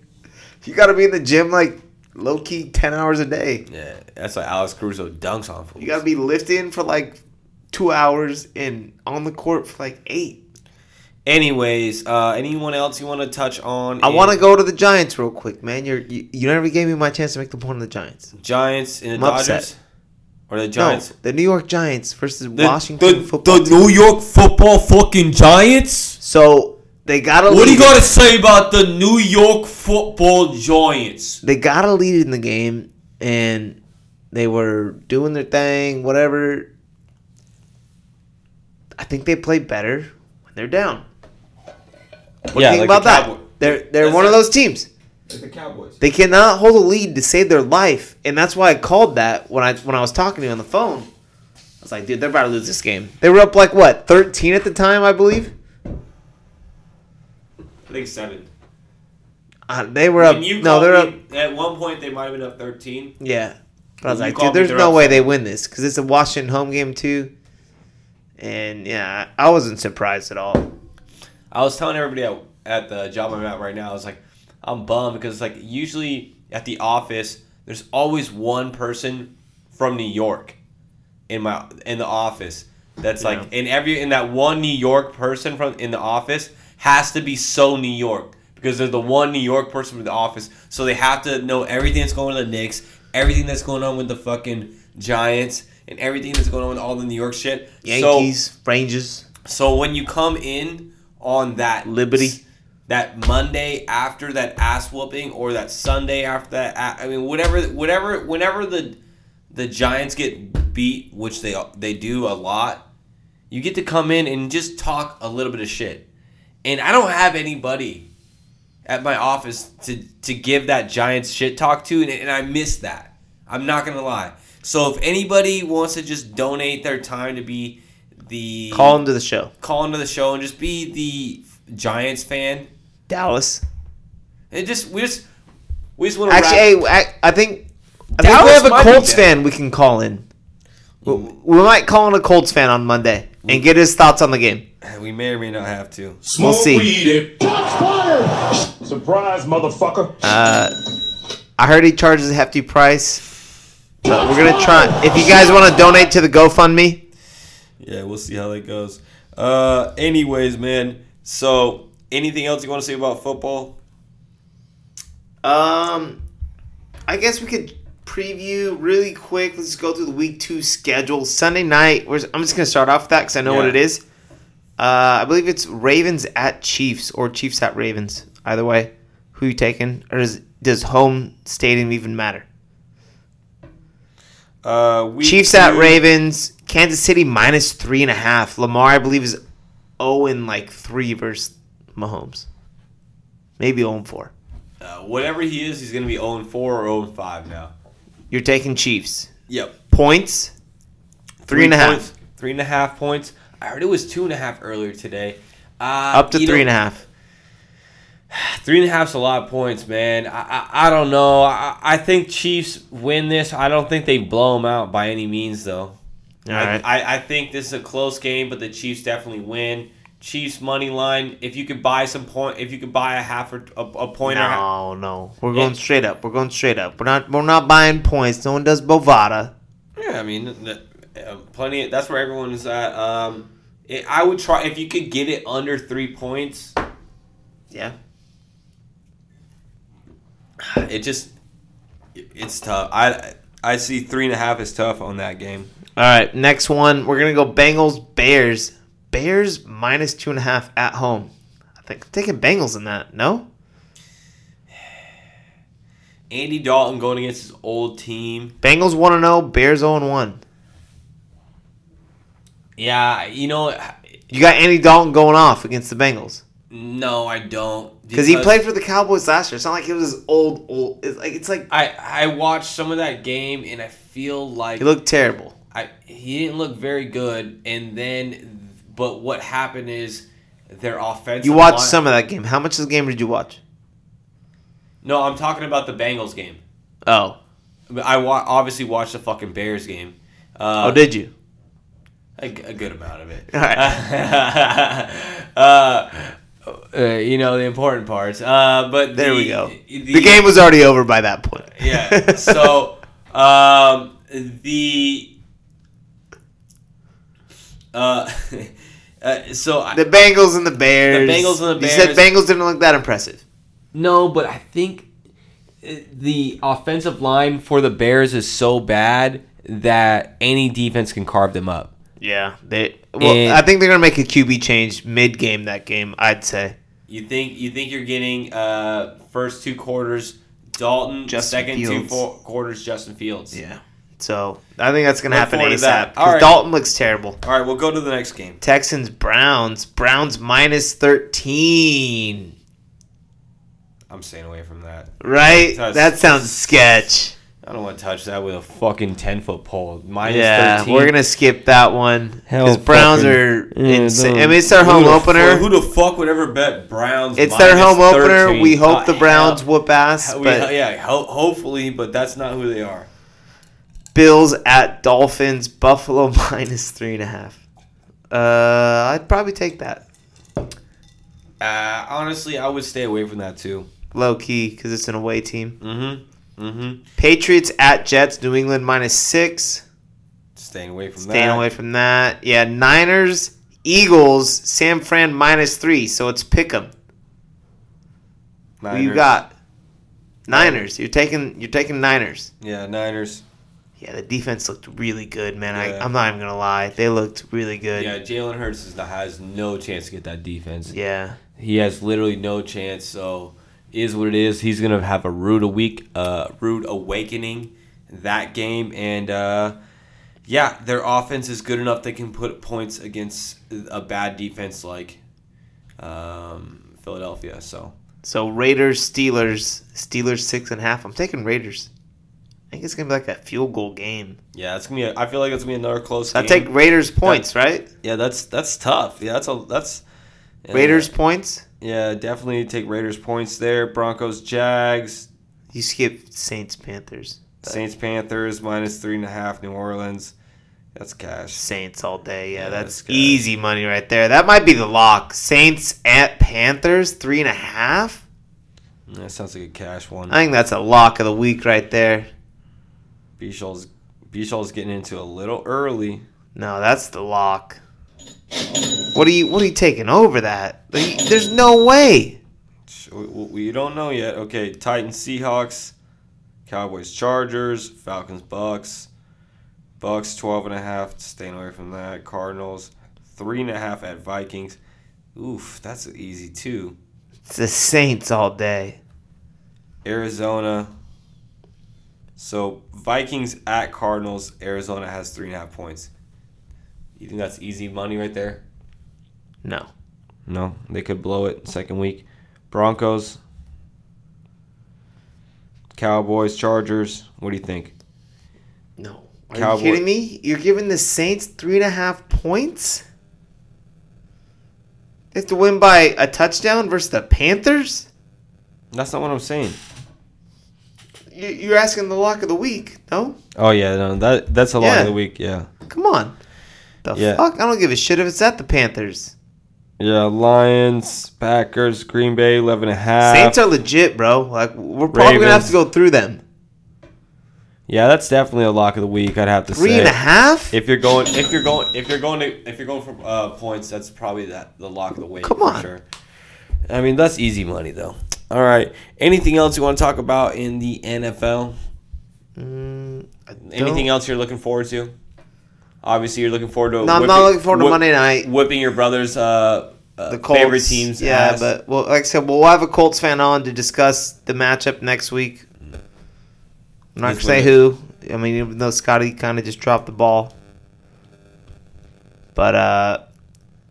you got to be in the gym like low key ten hours a day.
Yeah, that's why Alex Caruso dunks on fools.
You gotta be lifting for like two hours and on the court for like eight.
Anyways, uh, anyone else you want to touch on?
I
in
want to go to the Giants real quick, man. You're, you you never gave me my chance to make the point of the Giants.
Giants and the
I'm
Dodgers,
upset.
or the Giants?
No, the New York Giants versus
The,
Washington
the,
football.
the
team.
New York football fucking Giants.
so they gotta.
What do you
lead-
got to say about the New York football Giants?
They got a lead in the game, and they were doing their thing, whatever. I think they play better when they're down. What
Yeah,
do you think
like
about
the
that?
Cowboy-
They're they're
That's
one of
it.
those teams.
Like the Cowboys.
They cannot hold a lead to save their life, and that's why I called that when I when I was talking to you on the phone. I was like, dude, they're about to lose this game. They were up like what, thirteen at the time, I believe.
I think seven.
Uh, they were up.
When you
No,
called
they're up.
me- At one point, they might have been up thirteen.
Yeah. But I was
When you
like,
called
dude,
me,
there's
they're
no
up
way they win this because it's a Washington home game too. And yeah, I I wasn't surprised at all.
I was telling everybody at, at the job I'm at right now, I was like, I'm bummed because like usually at the office, there's always one person from New York in my in the office that's like in every in that one New York person from in the office has to be so New York because they're the one New York person from the office, so they have to know everything that's going on with the Knicks, everything that's going on with the fucking Giants, and everything that's going on with all the New York shit. So-
Yankees, Rangers,
so when you come in on that
Liberty.
that Monday after that ass whooping, or that Sunday after that, a- I mean, whatever, whatever, whenever the the Giants get beat, which they they do a lot, you get to come in and just talk a little bit of shit. And I don't have anybody at my office to to give that Giants shit talk to, and, and I miss that. I'm not gonna lie. So if anybody wants to just donate their time to be the
call them to the show.
call into the show and just be the Giants fan.
Dallas.
And just we just we just want to
Actually,
wrap.
hey, I, I think I think we
Dallas
have a
might be
Colts
dead.
fan we can call in. We, we might call in a Colts fan on Monday and get his thoughts on the game.
we may or may not have to.
Smoke
see.
weed and
Surprise, motherfucker.
I heard he charges a hefty price. But we're gonna try. If you guys want to donate to the GoFundMe,
Yeah, we'll see how that goes. Uh, anyways, man. So anything else you want to say about football?
Um, I guess we could preview really quick. Let's just go through the week two schedule. Sunday night. Where's, I'm just gonna start off with that because I know what
Yeah.
it is. Uh, I believe it's Ravens at Chiefs or Chiefs at Ravens. Either way, who you taking? Or does does home stadium even matter?
Uh, we
Chiefs at Ravens. Kansas City minus three and a half. Lamar, I believe, is zero and like three versus Mahomes. Maybe zero and four.
Uh, whatever he is, he's gonna be 0 4 or 0 5 now.
You're taking Chiefs
Yep.
points. Three and a half.
points- Three and a half points. I heard it was two and a half earlier today. Uh,
Up to
you
three
know-
and a half.
Three and a half's a lot of points, man. I I, I don't know. I, I think Chiefs win this. I don't think they blow them out by any means, though. I,
Alright.
I, I think this is a close game, but the Chiefs definitely win. Chiefs money line. If you could buy some point, if you could buy a half or a, a point or half,
No, no. We're going straight up. We're going straight up. We're not we're not buying points. No one does Bovada.
yeah, I mean, the, uh, plenty. Of, that's where everyone is at. Um, it, I would try if you could get it under three points.
Yeah.
It just, it's tough. I I see three and a half is tough on that game.
Alright, next one. We're gonna go Bengals Bears. Bears minus two and a half at home. I think I'm taking Bengals in that, no?
Andy Dalton going against his old team.
Bengals one and oh, Bears 0 and one.
Yeah, you know,
You got Andy Dalton going off against the Bengals.
no, I don't.
Because he played for the Cowboys last year. It's not like it was his old old it's like it's like
I I watched some of that game and I feel like
he looked terrible.
I he didn't look very good. And then, but what happened is their offense.
You watched some of that game. How much of the game did you watch?
No, I'm talking about the Bengals game.
Oh.
But I wa- obviously watched the fucking Bears game. Uh,
Oh, did you?
a, g- a good amount of it.
All right.
uh, uh, you know the important parts. Uh, but
There
the-
we go. The game was already over by that point.
yeah. So um, the uh, uh, so I,
the Bengals and the Bears.
Bengals and the
You said
Bears.
Bengals didn't look that impressive.
no, but I think uh, the offensive line for the Bears is so bad that any defense can carve them up.
Yeah, they. Well,
And-
I think they're gonna make a QB change mid game that game. I'd say.
You think you think you're getting uh, first two quarters Dalton,
Justin
second two
Fields.
four quarters Justin Fields.
Yeah. So I think that's gonna
Look
happen
forward to
ASAP.
that.
'cause
All right.
Dalton looks terrible.
All right, we'll go to the next game.
Texans Browns Browns minus thirteen.
I'm staying away from that.
Right.
That's-
that sounds sketch.
I don't want to touch that with a fucking ten foot pole. Minus
Yeah,
13.
we're gonna skip that one because
Hell
Browns
fucking-
are
Yeah,
insane.
the-
I mean, it's their
who
home
the
opener.
fu- who the fuck would ever bet Browns?
it's their
minus
home opener.
13?
We hope
Uh,
the Browns
hell-
whoop ass,
hell- we-
but
yeah, ho- hopefully, but that's not who they are.
Bills at Dolphins, Buffalo minus three and a half. Uh, I'd probably take that
Uh, honestly, I would stay away from that too.
low key because it's an away team.
Mm-hmm. Mm-hmm.
Patriots at Jets, New England minus six.
Staying away from
Staying
that.
away from that. Yeah, Niners, Eagles, San Fran minus three. So it's pick 'em. Who you
Niners.
got? Niners. You're taking. You're taking Niners.
Yeah, Niners.
Yeah, the defense looked really good, man. I,
Yeah.
I'm not even gonna lie, they looked really good.
Yeah,
Yeah.
Jalen Hurts is, has no chance to get that defense. He has literally no chance. So is what it is. He's gonna have a rude a week, uh, rude awakening that game, and uh, yeah, their offense is good enough they can put points against a bad defense like um, Philadelphia. So
So Raiders, Steelers, Steelers six and a half. I'm taking Raiders. I think it's gonna be like that field goal game.
yeah, it's gonna be. A, I feel like it's gonna be another close.
I
game.
take Raiders points, right?
Yeah, that's that's tough. Yeah, that's a that's yeah.
Raiders points.
Yeah, definitely take Raiders points there. Broncos, Jags,
You skip Saints, Panthers,
Saints Panthers minus three and a half. New Orleans, that's cash.
Saints all day. Yeah,
Yeah,
that's
that's good.
easy money right there. That might be the lock. Saints at Panthers three and a half.
That sounds like a cash one.
I think that's a lock of the week right there.
Bishol's Bishol's getting into a little early.
No, that's the lock. What are you? What are you taking over that? Are you- There's no way.
Sh- We, we we don't know yet. Okay, Titans, Seahawks, Cowboys, Chargers, Falcons, Bucks, Bucks twelve and a half. Staying away from that. Cardinals three and a half at Vikings. Oof, that's an easy too.
It's the Saints all day.
Arizona. So Vikings at Cardinals. Arizona has three and a half points. You think that's easy money right there?
No.
No, they could blow it second week. Broncos, Cowboys, Chargers. What do you think?
No. Are
Cowboy-
you kidding me? You're giving the Saints three and a half points? They have to win by a touchdown versus the Panthers?
That's not what I'm saying.
You- You're asking the lock of the week, no?
Oh yeah, no, that that's a lot
Yeah.
of the week. Yeah,
Come on. The
Yeah.
fuck? I don't give a shit if it's at the Panthers.
yeah. Lions, Packers, Green Bay, eleven and a half.
Saints are legit, bro. Like we're probably gonna have
Uh, Ravens.
to go through them.
yeah, that's definitely a lock of the week. I'd have to
Three
say.
and a half?
If you're going, if you're going, if you're going to, if you're going for uh, points, that's probably that the lock of the week.
Come
for
on.
sure. I mean that's easy money though. All right. Anything else you want to talk about in the NFL? Anything else you're looking forward to? Obviously, you're looking forward to.
No, I'm not looking forward to Monday night.
Whipping your brother's uh, uh, favorite teams.
Yeah,
ass.
but well, like I said, we'll have a Colts fan on to discuss the matchup next week. I'm not gonna
Who's
say
with
who. I mean, even though Scotty kind of just dropped the ball, but uh,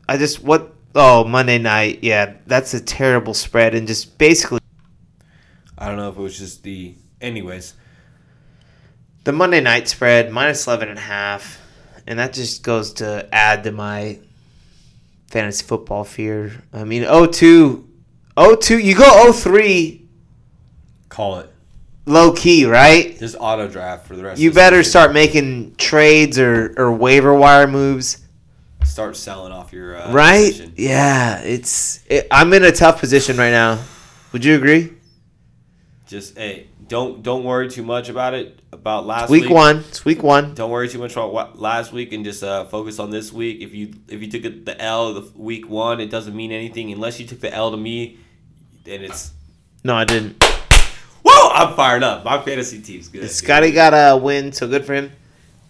I just what oh Monday night, yeah, that's a terrible spread, and just basically
I don't know if it was just the. Anyways,
the Monday night spread minus eleven and a half, and that just goes to add to my fantasy football fear. I mean, 0-2, 0-2, you go 0-3
call it.
low key, right?
Just auto draft for the rest.
You
of the
better
season.
start making trades or, or waiver wire moves.
start selling off your uh,
right?
position.
Yeah, it's. It, I'm in a tough position right now. Would you agree?
Just hey, don't don't worry too much about it about last
Week one. It's week one.
Don't worry too much about what, last week and just uh, focus on this week. If you if you took it- the L the week one, it doesn't mean anything unless you took the L to me. Then it's
No, I didn't.
whoa! I'm fired up. My fantasy team's good.
Scotty got a win, so good for him.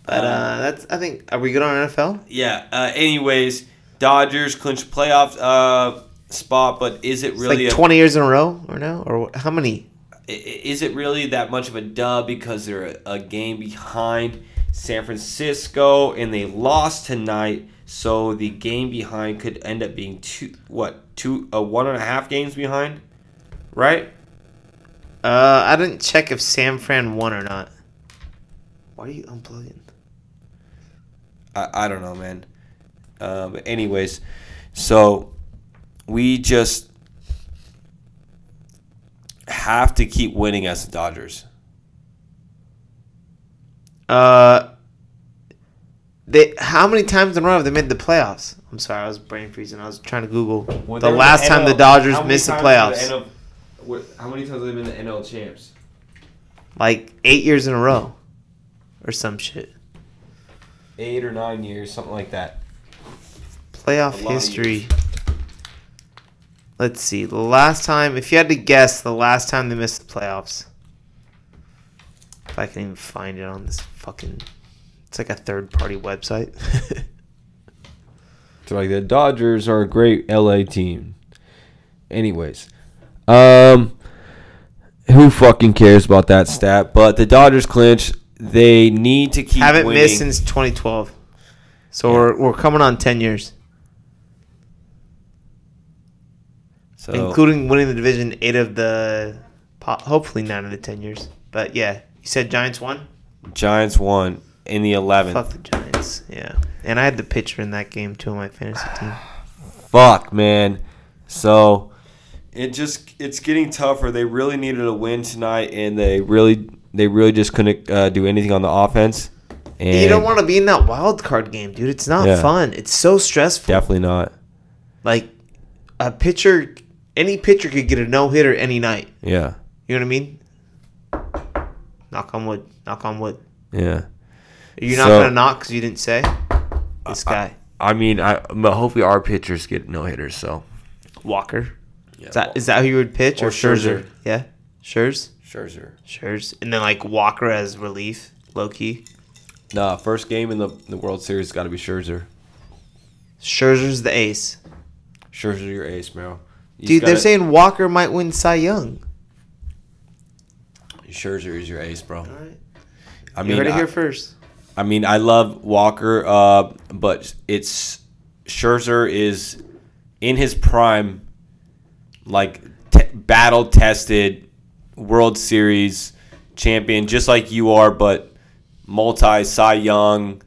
But uh, that's. I think. Are we good on NFL?
Yeah. Uh, anyways, Dodgers clinch playoff uh, spot, but is it
It's
really
like
a-
20 years in a row or no? Or what- how many?
i- is it really that much of a dub because they're a, a game behind San Francisco and they lost tonight, so the game behind could end up being two what two uh, one and a half games behind, right?
Uh, I didn't check if San Fran won or not. Why are you unplugging?
I, I don't know, man. Uh, but anyways, so we just have to keep winning as the Dodgers.
Uh, they how many times in a row have they made the playoffs? I'm sorry, I was brain freezing. I was trying to Google the last time the Dodgers missed the playoffs,
how many times have they been the NL champs?
like eight years in a row, or some shit.
Eight or nine years, something like that.
Playoff
A lot of
history. Let's see. The last time, if you had to guess, the last time they missed the playoffs. If I can even find it on this fucking, it's like a third-party website.
So like the Dodgers are a great LA team. Anyways, um, who fucking cares about that stat? But the Dodgers clinch. They need to keep
Haven't
winning.
missed since 2012. So we're we're coming on 10 years.
so,
including winning the division eight of the po- hopefully nine of the ten years. But yeah, you said Giants won.
Giants won in the eleventh.
Fuck the Giants. Yeah, and I had the pitcher in that game too on my fantasy team.
fuck man so it just it's getting tougher they really needed a win tonight and they really they really just couldn't uh, do anything on the offense and
you don't want to be in that wild card game, dude. It's not
Yeah.
fun. It's so stressful.
definitely not
Like a pitcher, any pitcher could get a no hitter any night.
yeah
You know what I mean? Knock on wood. Knock on wood.
yeah
You're not
So-
gonna knock because you didn't say. This guy
i mean i but hopefully our pitchers get no hitters so
Walker. Is that, is that who you would pitch or,
Or
Scherzer?
Scherzer.
Yeah, Scherz.
Scherzer.
Scherz, and then like Walker as relief, low key.
Nah, first game in the, the World Series got to be Scherzer.
Scherzer's the ace,
Scherzer, your ace, Merrill. You
dude. They're
gotta-
saying Walker might win Cy Young.
Scherzer is your ace, bro.
right.
I
You heard it
I-
here first.
I mean, I love Walker, uh, but it's Scherzer is in his prime, like te- battle tested, World Series champion, just like you are, but multi Cy Young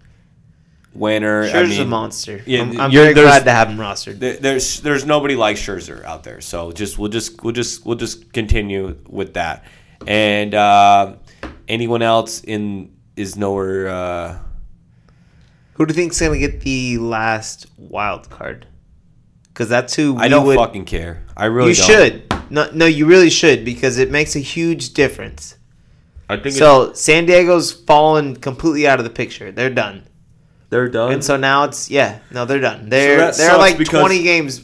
winner. I
Scherzer's a
mean,
monster.
yeah,
I'm, I'm
you're-
very
there's-
glad to have him rostered.
there- There's there's nobody like Scherzer out there, so just we'll just we'll just we'll just continue with that. And uh, anyone else in is nowhere. Uh,
who do you think's gonna get the last wild card? Because that's who we
I don't
would.
fucking care. I really
you
don't.
should. No, no, you really should because it makes a huge difference.
I think
So San Diego's fallen completely out of the picture. They're done.
they're done.
And so now it's yeah, no, they're done. They're
that
they're
sucks
like
because-
twenty games,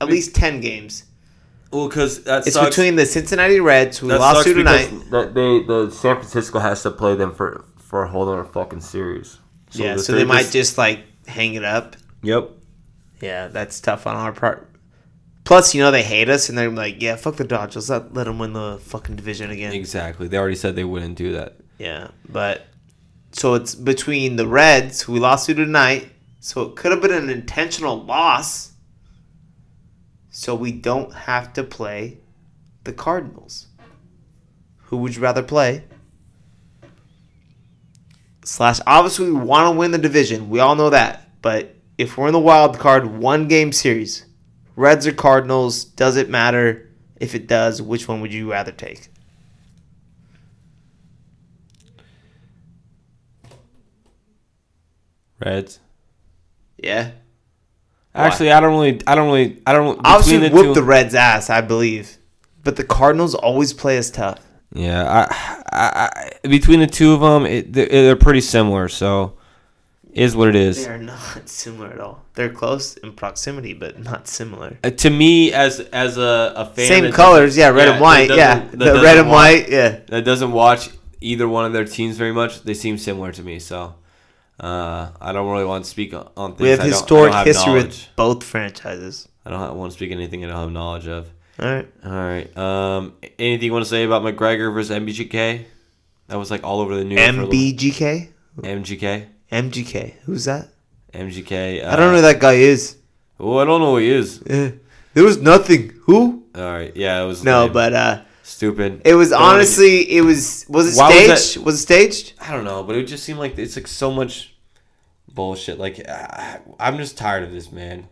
at least ten games.
well, because that
It's
sucks.
between the Cincinnati Reds who
that
lost
sucks
to
because
tonight.
That they, the San Francisco has to play them for for a whole other fucking series. So
yeah,
the
so they
three
might
just-
just like hang it up.
Yep.
Yeah, that's tough on our part. Plus, you know they hate us, and they're like, "Yeah, fuck the Dodgers. Let let them win the fucking division again."
Exactly. They already said they wouldn't do that.
Yeah, but so it's between the Reds who we lost to tonight. So it could have been an intentional loss. So we don't have to play the Cardinals. Who would you rather play? Slash, obviously we want to win the division. We all know that. But if we're in the wild card, one game series, Reds or Cardinals, does it matter? If it does, which one would you rather take?
Reds.
Yeah.
Actually, I don't really, I don't really, I don't.
Obviously,
between
whooped the Reds' ass, I believe. But the Cardinals always play us tough.
Yeah, I, I, I, between the two of them, it, they're, they're pretty similar. So, is what it is.
They are not similar at all. They're close in proximity, but not similar.
Uh, to me, as as a, a fan,
Same
that-
colors, yeah,
yeah,
red and
that
white, yeah.
doesn't- that
The red
doesn't
and
wa-
white, yeah.
that doesn't watch either one of their teams very much, they seem similar to me. So, uh, I don't really want to speak on, on things.
We have
I don't- I don't
historic
have
history with
knowledge.
both franchises.
I don't want to speak anything I don't have knowledge of.
All right.
All right. Um, anything you want to say about McGregor versus MBGK? That was like all over the news. for a little-
MBGK?
MGK.
MGK. Who's that?
MGK. Uh,
I don't know who that guy is.
Oh, I don't know who he is.
Eh. There was nothing. Who?
All right. Yeah, it was
No,
lame.
but uh
stupid.
it was
Don't wanna
honestly it was was it
Why was that-
staged? Was, it staged?
I don't know, but it just seemed like it's like so much bullshit. Like I I'm just tired of this man.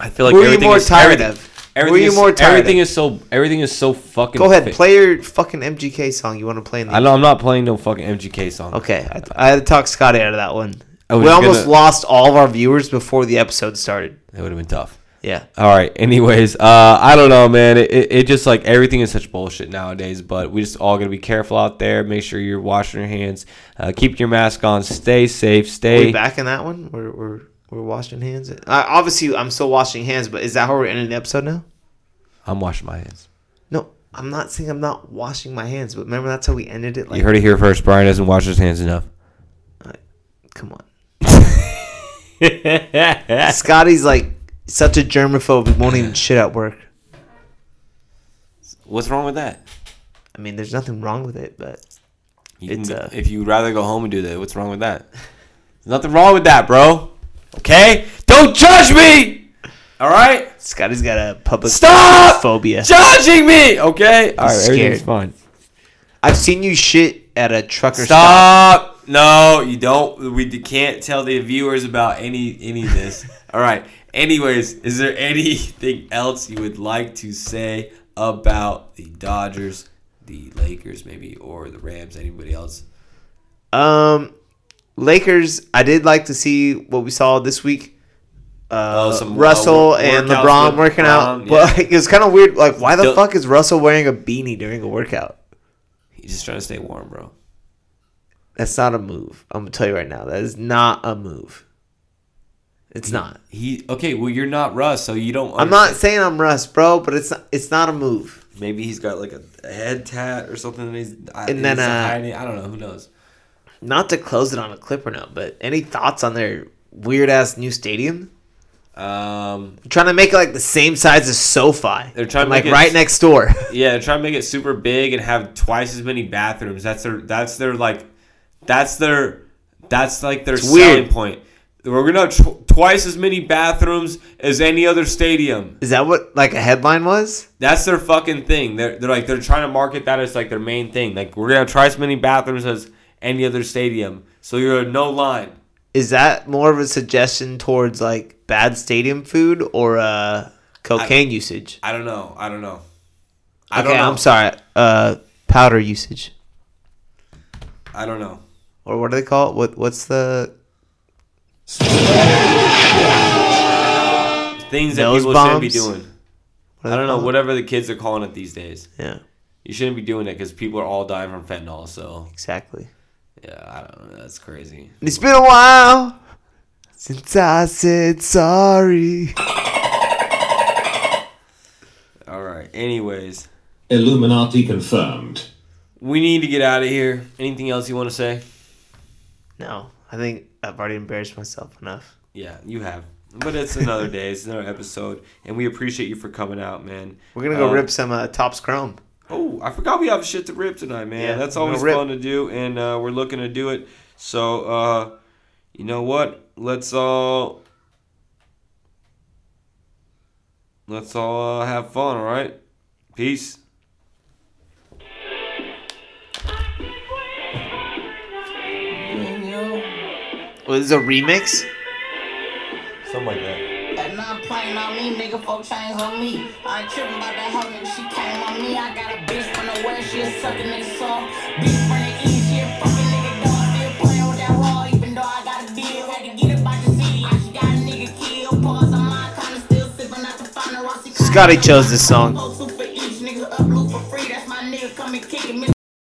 I feel like
Who are you
everything
more
is-
tired
every-
of? Who
Everything
are you
is,
more tired
Everything
of?
is so everything is so fucking.
Go ahead,
fake.
play your fucking MGK song you want to play in the
I know I'm not playing no fucking MGK song.
Okay, I, I had to talk Scotty out of that one.
I was
We almost
Oh, gonna-
lost all of our viewers before the episode started.
That would have been tough.
Yeah.
All right. Anyways, uh, I don't know, man. It, it, it just like everything is such bullshit nowadays. But we just all gotta be careful out there. Make sure you're washing your hands. Uh, keep your mask on. Stay safe.
Are
Stay.
we back in that one? We're we're we're washing hands. Uh, obviously, I'm still washing hands, but is that how we're ending the episode now?
I'm washing my hands.
No, I'm not saying I'm not washing my hands, but remember that's how we ended it. Like,
You heard it here first. Brian doesn't wash his hands enough.
come on, Scotty's like such a germaphobe. He won't even shit at work.
What's wrong with that?
I mean, there's nothing wrong with it, but
You
It's,
can-
uh,
if you'd rather go home and do that, what's wrong with that? There's nothing wrong with that, bro. Okay? Don't judge me! All right?
Scotty's got a public
Stop!
phobia.
Judging me! Okay? All right,
scared.
everything's fine.
I've seen you shit at a trucker stop.
Stop! No, you don't. We can't tell the viewers about any any of this. All right. Anyways, is there anything else you would like to say about the Dodgers, the Lakers, maybe, or the Rams? Anybody else?
Um, Lakers. I did like to see what we saw this week. Uh,
Oh, some, uh,
Russell
wor-
and
workouts
LeBron
with
working out,
LeBron,
but it was kind of weird. Like, why the
Don't-
fuck is Russell wearing a beanie during a workout?
He's just trying to stay warm, bro.
That's not a move. I'm gonna tell you right now. That is not a move. It's not.
He okay. Well, you're not Russ, so you don't.
I'm not saying I'm Russ, bro, but it's not, it's not a move.
Maybe he's got like a, a head tat or something. That he's I,
And then,
he's
uh,
hiding. I don't know. Who knows?
Not to close it on a clipper note, but any thoughts on their weird ass new stadium?
Um.
They're trying to make it like the same size as SoFi.
They're trying to make
like
it
right
s-
next door.
Yeah, try to make it super big and have twice as many bathrooms. That's their. That's their like. That's their. That's like their selling
weird.
point. We're gonna have tw- twice as many bathrooms as any other stadium.
is that what like a headline was?
That's their fucking thing. They're, they're like they're trying to market that as like their main thing. Like we're gonna have twice as many bathrooms as any other stadium. So you're no line.
Is that more of a suggestion towards like bad stadium food or uh cocaine usage?
I don't know. I don't know. I
Okay,
don't know.
I'm sorry. Uh powder usage.
I don't know.
Or what do they call it? What what's the
Things that
Nose
people shouldn't be
bombs?
doing. I don't know. Whatever the kids are calling it these days,
Yeah,
you shouldn't be doing it because people are all dying from fentanyl. So
exactly.
yeah, I don't know. That's crazy.
It's been a while since I said sorry.
All right. Anyways,
Illuminati confirmed.
we need to get out of here. Anything else you want to say?
No, I think I've already embarrassed myself enough.
Yeah, you have. But it's another day. It's another episode, and we appreciate you for coming out, man.
We're gonna go
Um,
rip some uh, Topps Chrome.
Oh, I forgot we have shit to rip tonight, man.
Yeah,
That's
we're gonna
always
rip.
fun to do, and uh, we're looking to do it. So, uh, you know what? Let's all let's all uh, have fun. All right. Peace.
Was this is a remix?
Something like that.
And not playing on me, nigga, four chains on me. I ain't tripping about that hoe, nigga, she came on me. I got a bitch from the west, she a sucking nigga soft. Bitch from the east, she a fucking nigga dog. Still playing with that wall, even though I got a deal. Had to get
God, I chose this song.